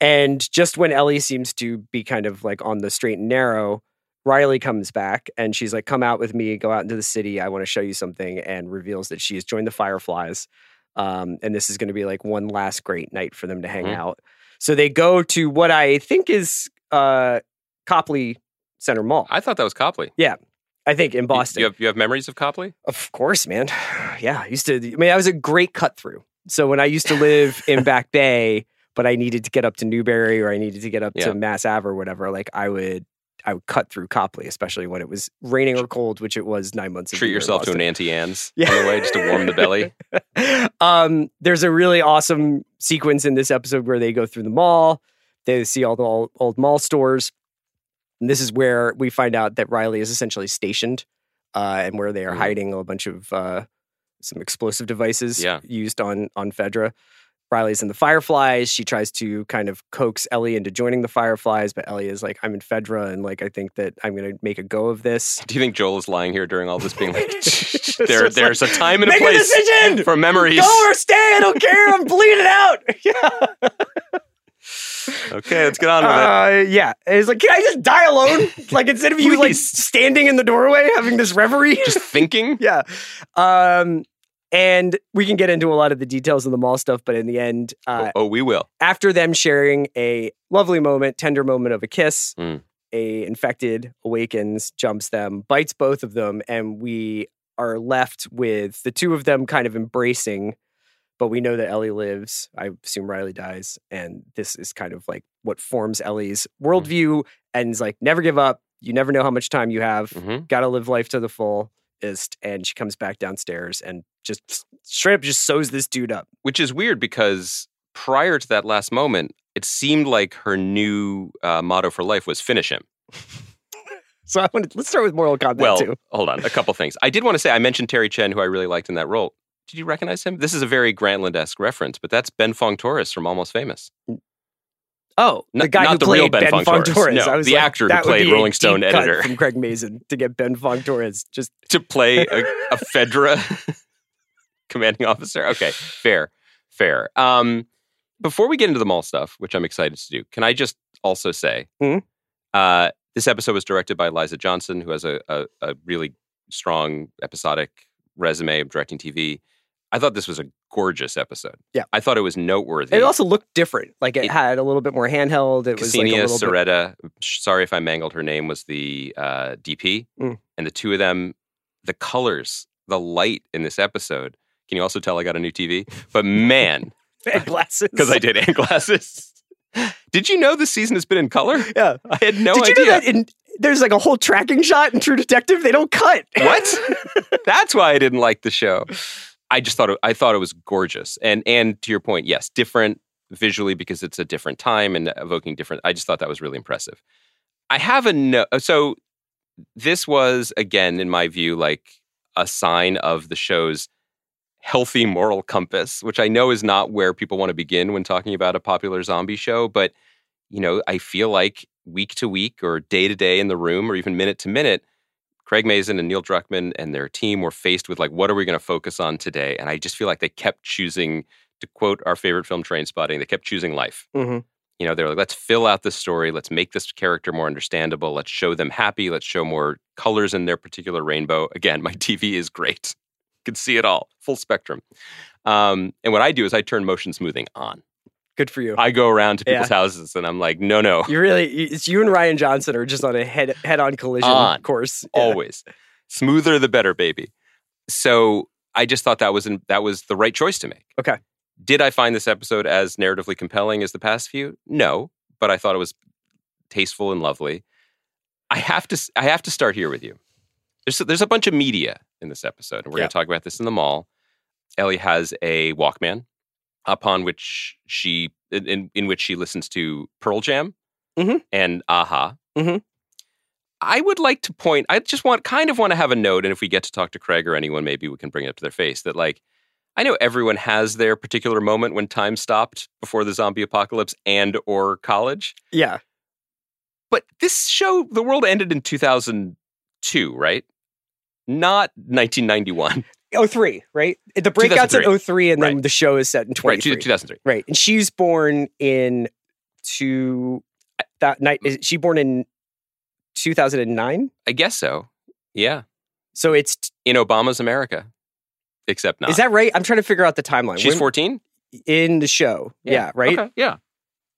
Speaker 5: And just when Ellie seems to be kind of like on the straight and narrow, Riley comes back and she's like, "Come out with me, go out into the city. I want to show you something." And reveals that she has joined the Fireflies, um, and this is going to be like one last great night for them to hang
Speaker 6: Mhm.
Speaker 5: out. So they go to what I think is uh, Copley Center Mall.
Speaker 6: I thought that was Copley.
Speaker 5: I think in
Speaker 6: You-
Speaker 5: Boston.
Speaker 6: You, have, you have memories of Copley?
Speaker 5: Of course, man. *sighs* Yeah, I used to. I mean, I was a great cut through. So when I used to live in
Speaker 6: *laughs*
Speaker 5: Back Bay, but I needed to get up to Newberry or I needed to get up
Speaker 6: Yeah.
Speaker 5: to Mass Ave or whatever, like I would, I would cut through Copley, especially when it was raining or cold, which it was nine months. of the
Speaker 6: Treat
Speaker 5: year in
Speaker 6: yourself to
Speaker 5: Boston
Speaker 6: an Auntie Anne's
Speaker 5: *laughs* Yeah.
Speaker 6: on the way just to warm the
Speaker 5: *laughs*
Speaker 6: belly.
Speaker 5: um, there's a really awesome sequence in this episode where they go through the mall. They see all the old, old mall stores. And this is where we find out that Riley is essentially stationed uh, and where they are
Speaker 6: Mhm.
Speaker 5: hiding a bunch of uh, some explosive devices
Speaker 6: Yeah.
Speaker 5: used on, on Fedra. Riley's in the Fireflies. She tries to kind of coax Ellie into joining the Fireflies, but Ellie is like, I'm in Fedra and like, I think that I'm going to make a go of this.
Speaker 6: Do you think Joel is lying here during all this, being like,
Speaker 5: *laughs* It's
Speaker 6: there,
Speaker 5: just
Speaker 6: there's
Speaker 5: like,
Speaker 6: a time and a
Speaker 5: "Make a
Speaker 6: place
Speaker 5: decision!
Speaker 6: for memories?
Speaker 5: Go or stay. I don't care. I'm bleeding out. *laughs* Yeah.
Speaker 6: Okay, let's get on with it.
Speaker 5: Uh, yeah. It's like, can I just die
Speaker 6: *laughs*
Speaker 5: alone? like instead of you like
Speaker 6: Please.
Speaker 5: standing in the doorway having this reverie. *laughs*
Speaker 6: Just thinking.
Speaker 5: yeah. Um, and we can get into a lot of the details of the mall stuff, but in the end, uh,
Speaker 6: Oh, oh, we will.
Speaker 5: after them sharing a lovely moment, tender moment of a kiss,
Speaker 6: Mm.
Speaker 5: a infected awakens, jumps them, bites both of them, and we are left with the two of them kind of embracing. But we know that Ellie lives. I assume Riley dies, and this is kind of like what forms Ellie's
Speaker 6: Mm.
Speaker 5: worldview and is like never give up. You never know how much time you have.
Speaker 6: hmm
Speaker 5: Got to live life to the fullest. And she comes back downstairs and just straight up just sews this dude up.
Speaker 6: Which is weird because prior to that last moment, it seemed like her new uh, motto for life was finish him.
Speaker 5: So I want to let's start with moral combat
Speaker 6: Well,
Speaker 5: too.
Speaker 6: hold on.
Speaker 5: *laughs*
Speaker 6: A couple things. I did want to say I mentioned Terry Chen, who I really liked in that role. Did you recognize him? This is a very Grantland esque reference, but that's Ben Fong Torres from Almost Famous.
Speaker 5: Oh,
Speaker 6: Not-
Speaker 5: the guy
Speaker 6: not
Speaker 5: who
Speaker 6: the
Speaker 5: played
Speaker 6: real Ben
Speaker 5: Ben
Speaker 6: Fong
Speaker 5: Fong
Speaker 6: Torres.
Speaker 5: Torres.
Speaker 6: No,
Speaker 5: I was
Speaker 6: the
Speaker 5: like,
Speaker 6: actor who
Speaker 5: that would
Speaker 6: played
Speaker 5: be a
Speaker 6: Rolling Stone
Speaker 5: deep cut
Speaker 6: editor.
Speaker 5: from Craig Mazin *laughs* to get Ben Fong Torres. Just
Speaker 6: To play a, a Fedra *laughs* commanding officer. Okay, fair, fair. Um, before we get into the mall stuff, which I'm excited to do, can I just also say
Speaker 5: Mhm.
Speaker 6: uh, this episode was directed by Liza Johnson, who has a, a, a really strong episodic resume of directing TV. I thought this was a gorgeous episode.
Speaker 5: Yeah.
Speaker 6: I thought it was noteworthy.
Speaker 5: it also looked different. Like it,
Speaker 6: It-
Speaker 5: had a little bit more handheld. It was like a
Speaker 6: Cassinia
Speaker 5: little bit.
Speaker 6: Soretta. sh- Sorry if I mangled her name. Was the uh, DP
Speaker 5: Mm.
Speaker 6: and the two of them, the colors, the light in this episode. Can you also tell I got a new TV?
Speaker 5: *laughs*
Speaker 6: But man,
Speaker 5: and glasses.
Speaker 6: because I did and glasses. *laughs* Did you know this season has been in color?
Speaker 5: yeah.
Speaker 6: I had no
Speaker 5: did you
Speaker 6: idea.
Speaker 5: know that in, there's like a whole tracking shot in True Detective? They don't *laughs* cut.
Speaker 6: What? That's why I didn't like the show. I just thought it, I thought it was gorgeous, and and to your point, yes, different visually because it's a different time and evoking different. I just thought that was really impressive. I have a no. So this was again, in my view, like a sign of the show's healthy moral compass, which I know is not where people want to begin when talking about a popular zombie show, but you know, I feel like week to week or day to day in the room or even minute to minute Craig Mazin and Neil Druckmann and their team were faced with like, what are we going to focus on today? And I just feel like they kept choosing, to quote our favorite film, Train Spotting, they kept choosing life.
Speaker 5: Mhm.
Speaker 6: You know, they were like, let's fill out this story, let's make this character more understandable, let's show them happy, let's show more colors in their particular rainbow. Again, my *laughs* TV is great, can see it all, full spectrum. Um, and what I do is I turn motion smoothing on.
Speaker 5: Good for you.
Speaker 6: I go around to
Speaker 5: Yeah.
Speaker 6: people's houses and I'm like, no, no,
Speaker 5: you really, it's you and Ryan Johnson are just on a head head on collision
Speaker 6: On.
Speaker 5: course. *laughs* Yeah.
Speaker 6: always smoother the better baby so i just thought that was in, that was the right choice to make
Speaker 5: Okay.
Speaker 6: did i find this episode as narratively compelling as the past few no but i thought it was tasteful and lovely i have to s- i have to start here with you there's there's a bunch of media in this episode and we're
Speaker 5: Yeah.
Speaker 6: going to talk about this in the mall ellie has a walkman upon which she in, in, in which she listens to pearl jam
Speaker 5: Mhm.
Speaker 6: and aha I would like to point, I just want kind of want to have a note. And if we get to talk to Craig or anyone, maybe we can bring it up to their face that, like, I know everyone has their particular moment when time stopped before the zombie apocalypse and or college.
Speaker 5: Yeah.
Speaker 6: But this show, the world ended in 2002, right? Not *laughs* 1991.
Speaker 5: Oh three, right? The breakout's in
Speaker 6: 2003.
Speaker 5: 03 and then
Speaker 6: Right.
Speaker 5: the show is set in
Speaker 6: Right,
Speaker 5: 23.
Speaker 6: 2003.
Speaker 5: Right. And she's born in two uh, that night
Speaker 6: Mm.
Speaker 5: is she born in 2009?
Speaker 6: I guess so. Yeah.
Speaker 5: So it's
Speaker 6: In Obama's America. Except not.
Speaker 5: is that right? I'm trying to figure out the timeline.
Speaker 6: She's
Speaker 5: When-
Speaker 6: 14?
Speaker 5: in the show. Yeah, right?
Speaker 6: Okay, Yeah.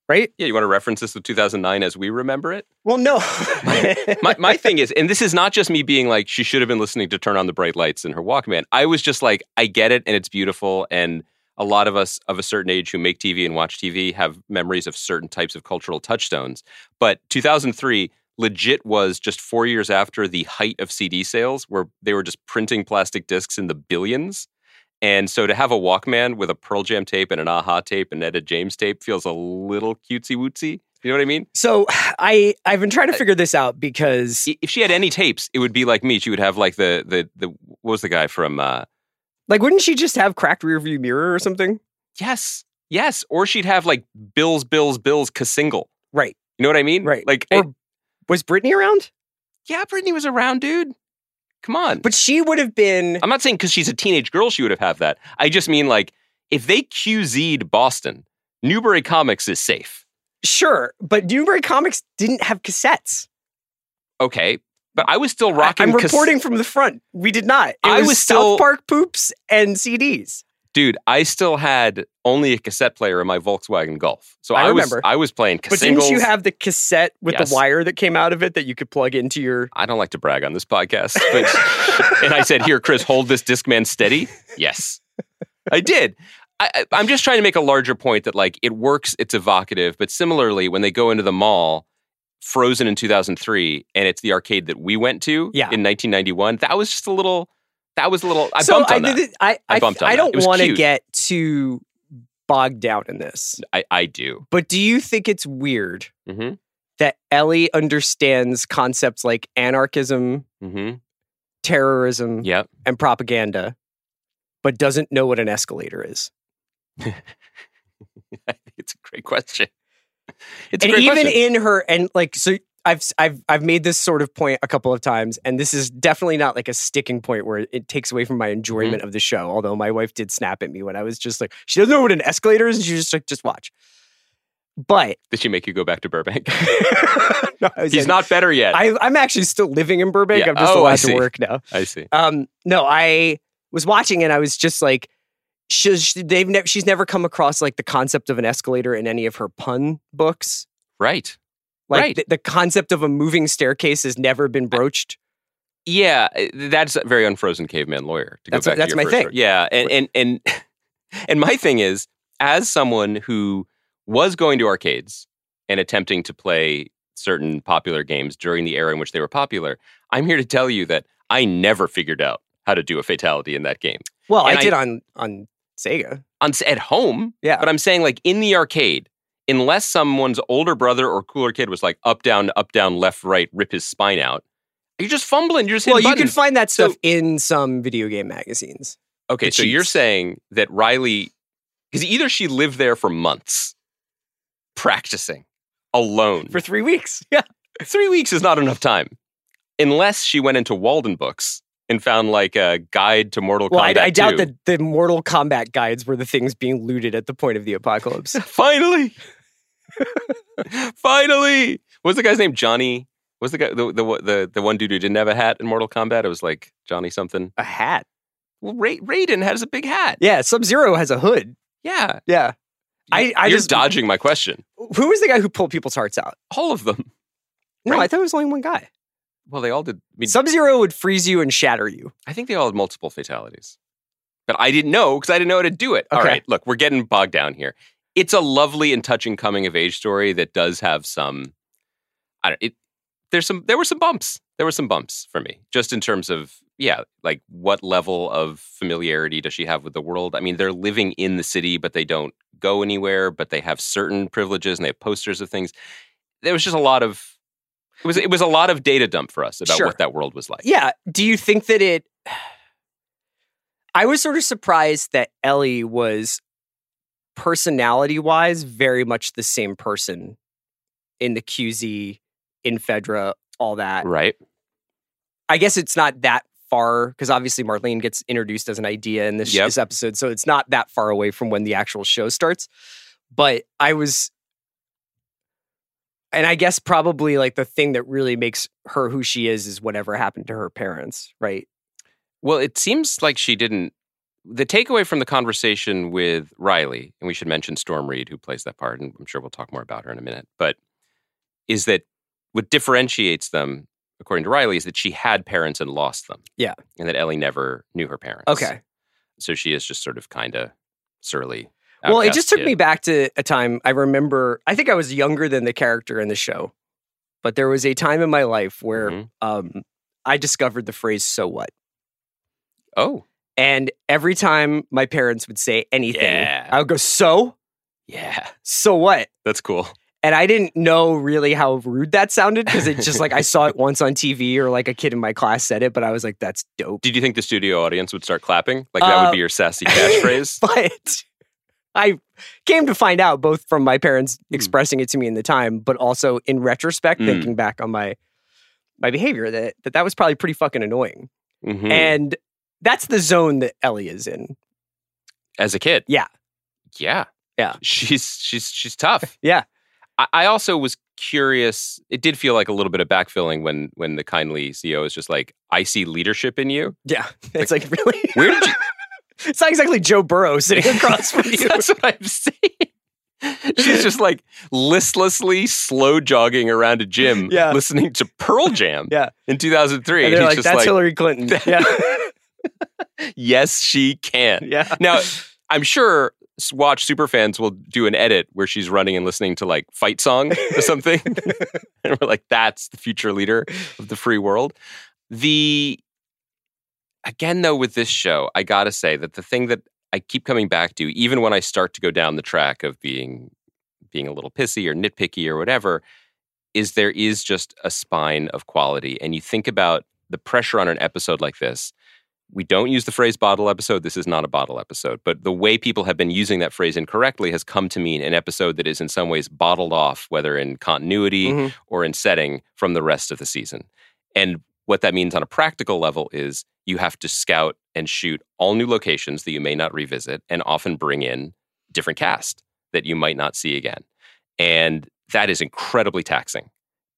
Speaker 5: Right?
Speaker 6: Yeah. You want to reference this to 2009 as we remember it?
Speaker 5: Well, no.
Speaker 6: my, my thing is, and this is not just me being like, she should have been listening to Turn on the Bright Lights in her Walkman. I was just like, I get it, and it's beautiful. And a lot of us of a certain age who make TV and watch TV have memories of certain types of cultural touchstones. But 2003 legit was just four years after the height of CD sales, where they were just printing plastic discs in the billions. And so to have a Walkman with a Pearl Jam tape and an Aha tape and Etta James tape feels a little cutesy wootsy. You know what I mean?
Speaker 5: *laughs* so I I've been trying to figure this out because
Speaker 6: i- if she had any tapes, it would be like me. She would have like the the the what was the guy from uh
Speaker 5: like wouldn't she just have cracked rearview mirror or something?
Speaker 6: Yes. Yes. Or she'd have like Bills, Bills, Bills ca single.
Speaker 5: Right.
Speaker 6: You know what I mean?
Speaker 5: Right.
Speaker 6: Like
Speaker 5: Or-
Speaker 6: I-
Speaker 5: Was Britney around?
Speaker 6: yeah, Britney was around, dude. Come on.
Speaker 5: But she would have been
Speaker 6: I'm not saying because she's a teenage girl she would have had that. I just mean like if they QZ'd Boston, Newbury Comics is safe.
Speaker 5: sure, but Newberry Comics didn't have cassettes.
Speaker 6: Okay. But I was still rocking
Speaker 5: I'm
Speaker 6: cas-
Speaker 5: reporting from the front. We did not. It
Speaker 6: I
Speaker 5: was,
Speaker 6: was
Speaker 5: South
Speaker 6: still-
Speaker 5: Park poops and CDs.
Speaker 6: dude, I still had only a cassette player in my Volkswagen Golf. So
Speaker 5: I
Speaker 6: I, was
Speaker 5: remember.
Speaker 6: I was playing
Speaker 5: But
Speaker 6: singles.
Speaker 5: didn't you have the cassette with
Speaker 6: Yes.
Speaker 5: the wire that came out of it that you could plug into your?
Speaker 6: I don't like to brag on this podcast, but *laughs* and I said, "Here, Chris, hold this Discman steady." Yes, I did. I, I- I'm just trying to make a larger point that like it works, it's evocative, but similarly, when they go into the mall, Frozen in 2003, and it's the arcade that we went to
Speaker 5: Yeah.
Speaker 6: in 1991. That was just a little. That was a little. I
Speaker 5: so
Speaker 6: bumped on
Speaker 5: I,
Speaker 6: that.
Speaker 5: did- I,
Speaker 6: I
Speaker 5: I,
Speaker 6: bumped on
Speaker 5: I
Speaker 6: that. It
Speaker 5: don't
Speaker 6: was
Speaker 5: want to
Speaker 6: cute.
Speaker 5: get too bogged down in this,
Speaker 6: I, I do.
Speaker 5: but do you think it's weird
Speaker 6: hmm
Speaker 5: that Ellie understands concepts like anarchism,
Speaker 6: hmm
Speaker 5: terrorism,
Speaker 6: Yeah.
Speaker 5: and propaganda, but doesn't know what an escalator is?
Speaker 6: *laughs* it's a great question. It's a
Speaker 5: and
Speaker 6: great
Speaker 5: even
Speaker 6: question.
Speaker 5: in her and like so I've I've I've made this sort of point a couple of times and this is definitely not like a sticking point where it takes away from my
Speaker 6: Mm-hmm.
Speaker 5: enjoyment of the show although my wife did snap at me when I was just like she doesn't know what an escalator is and she was just like just watch
Speaker 6: *laughs*
Speaker 5: but *laughs*
Speaker 6: did she make you go back to Burbank?
Speaker 5: No, I was
Speaker 6: *laughs* He's
Speaker 5: in-
Speaker 6: not better yet. I,
Speaker 5: I, I'm actually still living in Burbank
Speaker 6: Yeah.
Speaker 5: I'm just
Speaker 6: Oh, I
Speaker 5: allowed
Speaker 6: see.
Speaker 5: to work now
Speaker 6: see.
Speaker 5: um, no, I was watching and I was just like, she's they've never she's never come across like the concept of an escalator in any of her pun books.
Speaker 6: Right.
Speaker 5: Like
Speaker 6: Right.
Speaker 5: the, the concept of a moving staircase has never been broached.
Speaker 6: Yeah, uh, that's a very unfrozen caveman lawyer. To go
Speaker 5: That's-
Speaker 6: back, to
Speaker 5: that's
Speaker 6: your
Speaker 5: my
Speaker 6: first
Speaker 5: thing.
Speaker 6: story. Yeah, and and and *laughs* and my thing is, as someone who was going to arcades and attempting to play certain popular games during the era in which they were popular, I'm here to tell you that I never figured out how to do a fatality in that game
Speaker 5: Well, I,
Speaker 6: And I-
Speaker 5: did on on Sega.
Speaker 6: on s- at home.
Speaker 5: Yeah.
Speaker 6: But I'm saying like in the arcade, unless someone's older brother or cooler kid was like up down up down left right rip his spine out, you're just fumbling. You're just
Speaker 5: well,
Speaker 6: hitting
Speaker 5: you can
Speaker 6: buttons.
Speaker 5: find that
Speaker 6: So-
Speaker 5: stuff in some video game magazines.
Speaker 6: Okay,
Speaker 5: the
Speaker 6: so you're
Speaker 5: cheats.
Speaker 6: saying that Riley, because either she lived there for months practicing alone.
Speaker 5: For three weeks. *laughs* Yeah.
Speaker 6: three weeks is not enough time. unless she went into Walden books and found like a guide to Mortal
Speaker 5: Well, I,
Speaker 6: Kombat.
Speaker 5: I doubt
Speaker 6: 2.
Speaker 5: that the Mortal Kombat guides were the things being looted at the point of the apocalypse.
Speaker 6: *laughs* Finally, finally, what's the guy's name? Johnny. What's the guy? The the the, the one dude who didn't have a hat in Mortal Kombat. It was like Johnny something.
Speaker 5: *laughs* a hat.
Speaker 6: Well, Ra- Raiden has a big hat.
Speaker 5: Yeah, Sub Zero has a hood.
Speaker 6: Yeah,
Speaker 5: Yeah. I, I
Speaker 6: you're
Speaker 5: just
Speaker 6: dodging my question.
Speaker 5: Who was the guy who pulled people's hearts out?
Speaker 6: All of them.
Speaker 5: No, I
Speaker 6: Right.
Speaker 5: thought it was only one guy.
Speaker 6: Well, they all did. I, mean,
Speaker 5: Sub Zero would freeze you and shatter you.
Speaker 6: I think they all had multiple fatalities, but I didn't know because I didn't know how to do it. All
Speaker 5: Okay.
Speaker 6: right, look, we're getting bogged down here. It's a lovely and touching coming of age story that does have some. I don't. It, there's some. There were some bumps. There were some bumps for me, just in terms of yeah, like what level of familiarity does she have with the world? I mean, they're living in the city, but they don't go anywhere. But they have certain privileges, and they have posters of things. There was just a lot of. It was it was a lot of data dump for us about
Speaker 5: Sure.
Speaker 6: what that world was like.
Speaker 5: Yeah. Do you think that it. I was sort of surprised that Ellie was personality wise very much the same person in the QZ, in Fedra, all that.
Speaker 6: Right.
Speaker 5: I guess it's not that far because obviously Marlene gets introduced as an idea in this,
Speaker 6: Yep.
Speaker 5: this episode, so it's not that far away from when the actual show starts. But I was, and I guess probably like the thing that really makes her who she is is whatever happened to her parents, right?
Speaker 6: Well, it seems like she didn't. The takeaway from the conversation with Riley, and we should mention Storm Reed, who plays that part, and I'm sure we'll talk more about her in a minute, but is that what differentiates them, according to Riley, is that she had parents and lost them.
Speaker 5: Yeah.
Speaker 6: And that Ellie never knew her parents.
Speaker 5: Okay.
Speaker 6: So she is just sort of kind of surly.
Speaker 5: Well, it
Speaker 6: outcast
Speaker 5: just took
Speaker 6: kid.
Speaker 5: me back to a time I remember. I think I was younger than the character in the show, but there was a time in my life where
Speaker 6: Mhm.
Speaker 5: um, I discovered the phrase "so what."
Speaker 6: Oh,
Speaker 5: And every time my parents would say anything,
Speaker 6: Yeah.
Speaker 5: I would go, So?
Speaker 6: yeah.
Speaker 5: So what?
Speaker 6: That's cool.
Speaker 5: And I didn't know really how rude that sounded because it just like I saw it once on TV or like a kid in my class said it, but I was like, That's dope.
Speaker 6: Did you think the studio audience would start clapping? Like that
Speaker 5: Uh,
Speaker 6: would be
Speaker 5: *laughs*
Speaker 6: your sassy catchphrase?
Speaker 5: But I came to find out both from my parents
Speaker 6: Hmm.
Speaker 5: expressing it to me in the time, but also in retrospect,
Speaker 6: Mm.
Speaker 5: thinking back on my my behavior that, that that was probably pretty fucking annoying.
Speaker 6: Mhm.
Speaker 5: And that's the zone that Ellie is in.
Speaker 6: as a kid.
Speaker 5: Yeah.
Speaker 6: Yeah.
Speaker 5: Yeah.
Speaker 6: She's she's she's tough.
Speaker 5: Yeah.
Speaker 6: I, I also was curious. It did feel like a little bit of backfilling when when the kindly CEO is just like, I see leadership in you. *laughs*
Speaker 5: Yeah. *laughs* It's like really
Speaker 6: Where did you
Speaker 5: *laughs* It's not exactly Joe Burrow
Speaker 6: *laughs*
Speaker 5: sitting across *laughs* from you.
Speaker 6: That's what I'm saying. She's just like listlessly slow jogging around a gym,
Speaker 5: Yeah.
Speaker 6: listening to Pearl Jam
Speaker 5: Yeah.
Speaker 6: in 2003.
Speaker 5: And they're
Speaker 6: he's
Speaker 5: like,
Speaker 6: just
Speaker 5: that's
Speaker 6: like,
Speaker 5: Hillary Clinton.
Speaker 6: *laughs*
Speaker 5: yeah. *laughs*
Speaker 6: yes, she can.
Speaker 5: Yeah.
Speaker 6: *laughs* Now, I'm sure s- Watch Superfans will do an edit where she's running and listening to like fight song or something. *laughs* and we're like, that's the future leader of the free world. The again though with this show, I gotta say that the thing that I keep coming back to, even when I start to go down the track of being being a little pissy or nitpicky or whatever, is there is just a spine of quality. And you think about the pressure on an episode like this. We don't use the phrase bottle episode. This is not a bottle episode. But the way people have been using that phrase incorrectly has come to mean an episode that is in some ways bottled off, whether in continuity
Speaker 5: Mhm.
Speaker 6: or in setting from the rest of the season. And what that means on a practical level is you have to scout and shoot all new locations that you may not revisit and often bring in different cast that you might not see again. And that is incredibly taxing,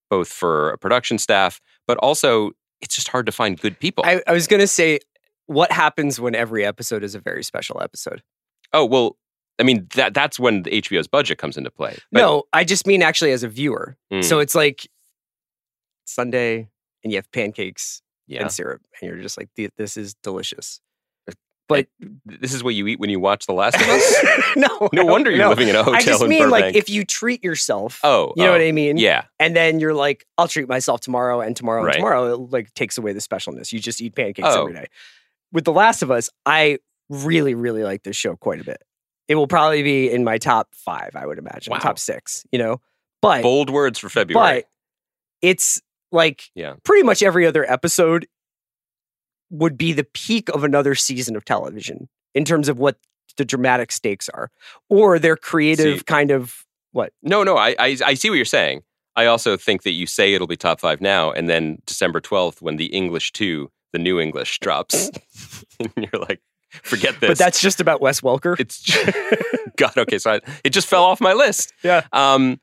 Speaker 6: both for a production staff, but also it's just hard to find good people.
Speaker 5: I, I was going to say, what happens when every episode is a very special episode?
Speaker 6: oh, well, I mean, that that's when the HBO's budget comes into play. But-
Speaker 5: no, I just mean actually as a viewer.
Speaker 6: Mm.
Speaker 5: So it's like Sunday and you have pancakes
Speaker 6: yeah.
Speaker 5: and syrup, and you're just like, "Th- this is
Speaker 6: *laughs*
Speaker 5: delicious. *laughs* But
Speaker 6: This is what you eat when you watch The Last of Us?
Speaker 5: *laughs* no,
Speaker 6: No
Speaker 5: I
Speaker 6: wonder
Speaker 5: don't
Speaker 6: you're
Speaker 5: know.
Speaker 6: living in a hotel
Speaker 5: I just
Speaker 6: in
Speaker 5: mean
Speaker 6: Burbank.
Speaker 5: like if you treat yourself,
Speaker 6: oh,
Speaker 5: you know
Speaker 6: oh,
Speaker 5: what I mean?
Speaker 6: Yeah.
Speaker 5: And then you're like, I'll treat myself tomorrow and tomorrow
Speaker 6: Right.
Speaker 5: and tomorrow. It like takes away the specialness. You just eat pancakes
Speaker 6: Oh.
Speaker 5: every day. With The Last of Us, I really, really like this show quite a bit. It will probably be in my top five, I would imagine.
Speaker 6: Wow.
Speaker 5: Top six, you know? But
Speaker 6: Bold words for February.
Speaker 5: but it's like
Speaker 6: Yeah.
Speaker 5: pretty much every other episode would be the peak of another season of television in terms of what the dramatic stakes are. Or their creative
Speaker 6: See-
Speaker 5: kind of
Speaker 6: No, no, I, I I see what you're saying. I also think that you say it'll be top five now, and then December 12th, when the English 2, the new English, drops, *laughs* and you're like, forget this.
Speaker 5: But that's just about Wes Welker.
Speaker 6: *laughs* It's God. Okay, so I, it just fell off my list.
Speaker 5: Yeah.
Speaker 6: Um,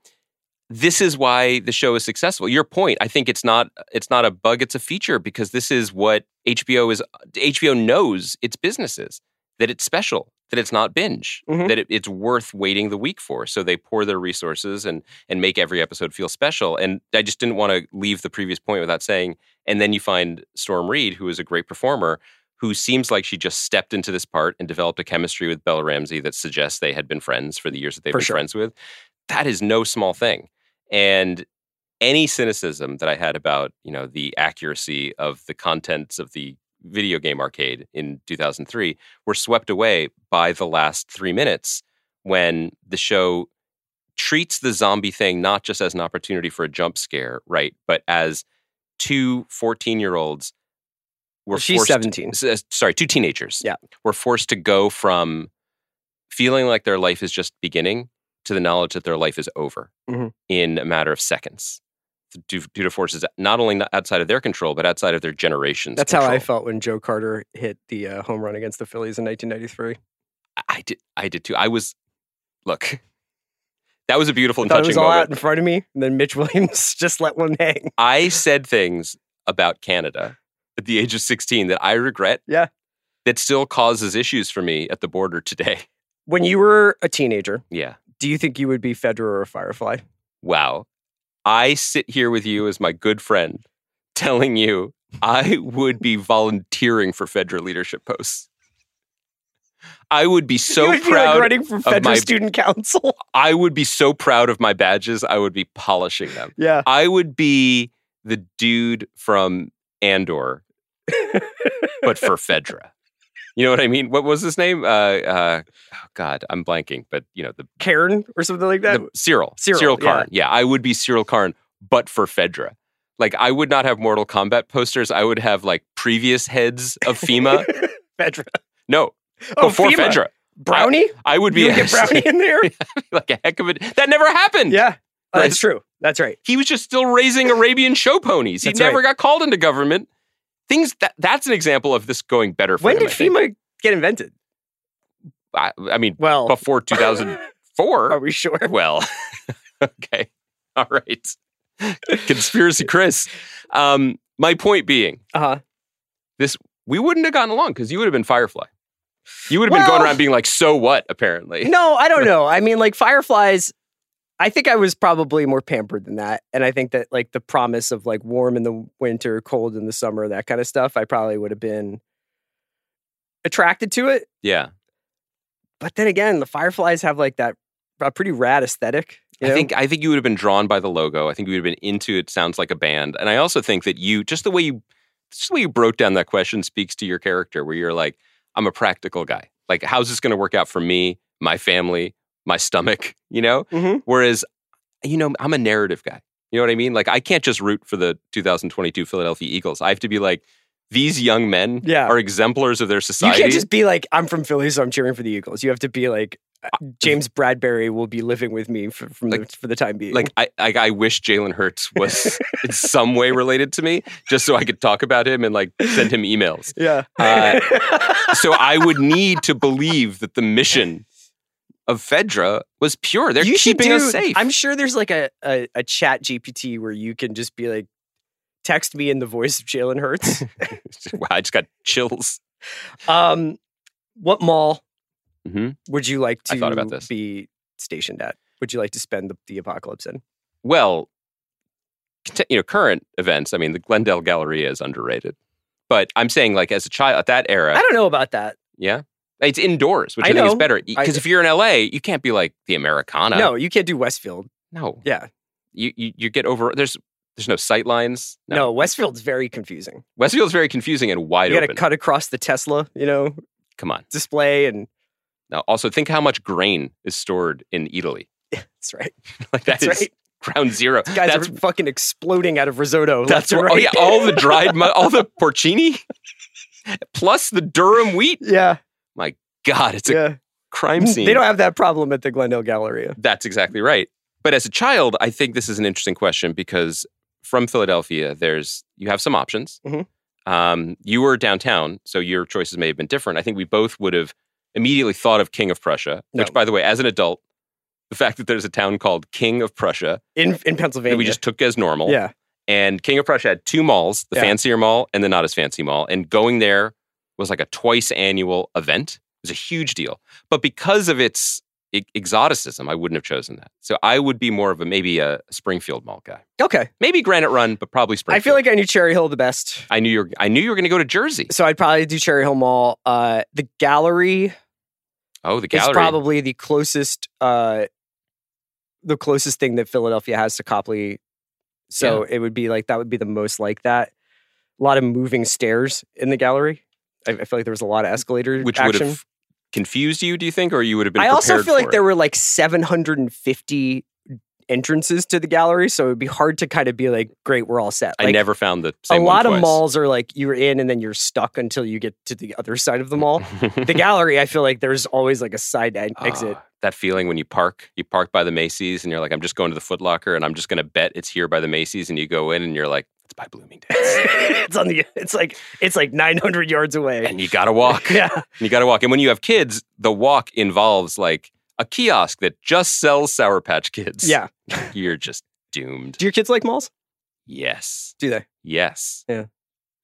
Speaker 6: this is why the show is successful. Your point. I think it's not. It's not a bug. It's a feature because this is what HBO is. HBO knows its businesses that it's special. That it's not binge.
Speaker 5: Mhm.
Speaker 6: That it, it's worth waiting the week for. So they pour their resources and and make every episode feel special. And I just didn't want to leave the previous point without saying. And then you find Storm Reed, who is a great performer, who seems like she just stepped into this part and developed a chemistry with Bella Ramsey that suggests they had been friends for the years that they've
Speaker 5: For
Speaker 6: been
Speaker 5: sure.
Speaker 6: friends with. That is no small thing. And any cynicism that I had about, you know, the accuracy of the contents of the video game arcade in 2003 were swept away by the last 3 minutes when the show treats the zombie thing not just as an opportunity for a jump scare, right, but as two 14-year-olds were
Speaker 5: She's
Speaker 6: forced
Speaker 5: 17.
Speaker 6: s- uh, sorry, two teenagers.
Speaker 5: Yeah.
Speaker 6: Were forced to go from feeling like their life is just beginning to the knowledge that their life is over
Speaker 5: Mhm. in
Speaker 6: in a matter of seconds due, due to forces not only not outside of their control, but outside of their generation's
Speaker 5: *laughs* That's how I
Speaker 6: control.
Speaker 5: felt when Joe Carter hit the uh, home run against the Phillies in 1993.
Speaker 6: I did, I did too. I was, look, *laughs* that was a beautiful and
Speaker 5: Thought it
Speaker 6: touching
Speaker 5: was all
Speaker 6: moment.
Speaker 5: out in front of me, and then Mitch *laughs* Williams just let one hang.
Speaker 6: I said things about Canada at the age of 16 that I regret.
Speaker 5: Yeah.
Speaker 6: That still causes issues for me at the border today. *laughs*
Speaker 5: When you were a teenager,
Speaker 6: Yeah.
Speaker 5: do you think you would be Federer or Firefly?
Speaker 6: wow, I sit here with you as my good friend telling you I would be volunteering for Federer leadership posts. I would be
Speaker 5: *laughs*
Speaker 6: so
Speaker 5: you would be like
Speaker 6: proud.
Speaker 5: running for Federer
Speaker 6: my-
Speaker 5: Student
Speaker 6: *laughs*
Speaker 5: Council.
Speaker 6: I would be so proud of my badges. I would be polishing them.
Speaker 5: yeah,
Speaker 6: I would be the dude from Andor, but for Fedra. You know what I mean? What was his name? Uh, uh, oh God, I'm blanking. But you know the
Speaker 5: Karen or something like that.
Speaker 6: the- Cyril,
Speaker 5: Cyril,
Speaker 6: Cyril,
Speaker 5: yeah.
Speaker 6: Karn. Yeah. I would be Cyril Karn, but for Fedra. Like I would not have Mortal Kombat posters. I would have like previous heads
Speaker 5: *laughs*
Speaker 6: of FEMA.
Speaker 5: Fedra.
Speaker 6: no,
Speaker 5: Oh,
Speaker 6: before
Speaker 5: FEMA.
Speaker 6: Fedra,
Speaker 5: Brownie?
Speaker 6: I would be
Speaker 5: you would get
Speaker 6: actually-
Speaker 5: Brownie in there?
Speaker 6: *laughs* like a heck of it. That never happened.
Speaker 5: yeah. Oh,
Speaker 6: Right.
Speaker 5: that's true. That's right.
Speaker 6: he was just still raising Arabian show ponies. He
Speaker 5: That's
Speaker 6: never
Speaker 5: right.
Speaker 6: got called into government. Things that that's an example of this going better. For
Speaker 5: When
Speaker 6: him,
Speaker 5: did
Speaker 6: I think.
Speaker 5: FEMA get invented?
Speaker 6: I, I mean,
Speaker 5: Well,
Speaker 6: before
Speaker 5: *laughs*
Speaker 6: 2004.
Speaker 5: are we sure?
Speaker 6: *laughs* Well, okay. All right. Conspiracy Chris. Um, my point being,
Speaker 5: Uh huh.
Speaker 6: we wouldn't have gotten along because you would have been Firefly. You would have been
Speaker 5: Well-
Speaker 6: going around being like, so what, apparently.
Speaker 5: No, I don't know. I mean, like fireflies. I think I was probably more pampered than that, and I think that like the promise of like warm in the winter, cold in the summer, that kind of stuff, I probably would have been attracted to it.
Speaker 6: Yeah.
Speaker 5: But then again, the fireflies have like that a pretty rad aesthetic. you
Speaker 6: I
Speaker 5: know?
Speaker 6: think I think you would have been drawn by the logo. I think you would have been into it sounds like a band. And I also think that you just the way you just the way you broke down that question speaks to your character where you're like, I'm a practical guy. Like how's this gonna work out for me, my family, my stomach, *laughs* you know?
Speaker 5: Mhm.
Speaker 6: Whereas, you know, I'm a narrative guy. You know what I mean? Like I can't just root for the 2022 Philadelphia Eagles. I have to be like, these young men
Speaker 5: Yeah.
Speaker 6: are exemplars of their
Speaker 5: you
Speaker 6: society.
Speaker 5: can't just be like, I'm from Philly, so I'm cheering for the Eagles. You have to be like, "Uh, James Bradbury will be living with me for, from
Speaker 6: Uh, Like-
Speaker 5: the, for the time being.
Speaker 6: like I, I I wish Jalen Hurts
Speaker 5: *laughs*
Speaker 6: was in some way related to me, just so I could talk about him and like send him emails.
Speaker 5: yeah,
Speaker 6: Uh,
Speaker 5: *laughs*
Speaker 6: So I would need to believe that the mission of Fedra was pure. They're
Speaker 5: you should
Speaker 6: keeping
Speaker 5: do,
Speaker 6: us safe.
Speaker 5: I'm sure there's like a, a, a chat GPT where you can just be like, text me in the voice of Jalen
Speaker 6: *laughs*
Speaker 5: Hurts.
Speaker 6: wow, I just got chills.
Speaker 5: um, what mall
Speaker 6: hmm
Speaker 5: would you like to
Speaker 6: I thought about this.
Speaker 5: be stationed at? Would you like to spend the, the apocalypse in?
Speaker 6: Well, cont- you know, current events. I mean, the Glendale Galleria is underrated, but I'm saying like as a child at that era,
Speaker 5: I don't know about that.
Speaker 6: yeah. It's indoors, which
Speaker 5: I
Speaker 6: I, think is
Speaker 5: know.
Speaker 6: better.
Speaker 5: I-
Speaker 6: Because if you're in LA, you can't be like the Americana.
Speaker 5: No, you can't do Westfield.
Speaker 6: No.
Speaker 5: Yeah.
Speaker 6: You you, you get over there's there's no sight lines.
Speaker 5: No, Westfield's very confusing.
Speaker 6: Westfield's very confusing and wide
Speaker 5: you got to
Speaker 6: open.
Speaker 5: cut across the Tesla, you know,
Speaker 6: Come on.
Speaker 5: display, and
Speaker 6: Now also think how much grain is stored in Italy. *laughs*
Speaker 5: that's right. *laughs*
Speaker 6: Like that
Speaker 5: That's
Speaker 6: is
Speaker 5: right.
Speaker 6: ground zero.
Speaker 5: Guys
Speaker 6: that's
Speaker 5: are fucking exploding out of risotto.
Speaker 6: *laughs*
Speaker 5: left
Speaker 6: that's
Speaker 5: and
Speaker 6: where, oh
Speaker 5: right.
Speaker 6: yeah, all the dried mu- all the porcini *laughs* plus the Durham wheat.
Speaker 5: *laughs* yeah,
Speaker 6: God, it's a
Speaker 5: yeah.
Speaker 6: crime scene.
Speaker 5: They don't have that problem at the Glendale Galleria.
Speaker 6: that's exactly right. But as a child, I think this is an interesting question because from Philadelphia, there's you have some options.
Speaker 5: Mhm.
Speaker 6: Um, you were downtown, so your choices may have been different. I think we both would have immediately thought of King of Prussia, which,
Speaker 5: No.
Speaker 6: by the way, as an adult, the fact that there's a town called King of Prussia
Speaker 5: in in
Speaker 6: that
Speaker 5: Pennsylvania.
Speaker 6: we just took as normal.
Speaker 5: yeah,
Speaker 6: And King of Prussia had two malls, the
Speaker 5: Yeah.
Speaker 6: fancier mall and the not as fancy mall. And going there was like a twice annual event. It was a huge deal. But because of its e- exoticism, I wouldn't have chosen that. So I would be more of a maybe a Springfield Mall guy.
Speaker 5: okay.
Speaker 6: Maybe Granite Run, but probably
Speaker 5: I
Speaker 6: Springfield.
Speaker 5: feel like I knew Cherry Hill the best.
Speaker 6: I knew you were I knew you were gonna go to Jersey.
Speaker 5: So I'd probably do Cherry Hill Mall. Uh, the gallery,
Speaker 6: Oh, the
Speaker 5: is
Speaker 6: gallery.
Speaker 5: probably the closest, uh, the closest thing that Philadelphia has to Copley. So it would be like that would be the most like that. A lot of moving stairs in the gallery. I, I feel like there was a lot of escalator
Speaker 6: which would
Speaker 5: action.
Speaker 6: have confused you, do you think? Or you would have been
Speaker 5: I also
Speaker 6: prepared
Speaker 5: feel like
Speaker 6: for
Speaker 5: there
Speaker 6: it?
Speaker 5: were like 750 entrances to the gallery, so it would be hard to kind of be like, "Great, we're all set."
Speaker 6: I
Speaker 5: Like,
Speaker 6: never found the
Speaker 5: a
Speaker 6: same one
Speaker 5: lot of
Speaker 6: twice.
Speaker 5: malls are like you're in and then you're stuck until you get to the other side of the mall. the
Speaker 6: *laughs*
Speaker 5: gallery, I feel like there's always like a side e- exit.
Speaker 6: Ah, that feeling when you park, you park by the Macy's and you're like, I'm just going to the Foot Locker and I'm just going to bet it's here by the Macy's. And you go in and you're like, it's by
Speaker 5: *laughs*
Speaker 6: Bloomingdale's.
Speaker 5: *laughs* it's on the. It's like it's like 900 yards away.
Speaker 6: and you got to walk. and
Speaker 5: *laughs* Yeah,
Speaker 6: you got to walk. And when you have kids, the walk involves like a kiosk that just sells Sour Patch Kids. *laughs*
Speaker 5: yeah.
Speaker 6: You're just doomed.
Speaker 5: Do your kids like malls?
Speaker 6: Yes.
Speaker 5: Do they?
Speaker 6: Yes.
Speaker 5: Yeah.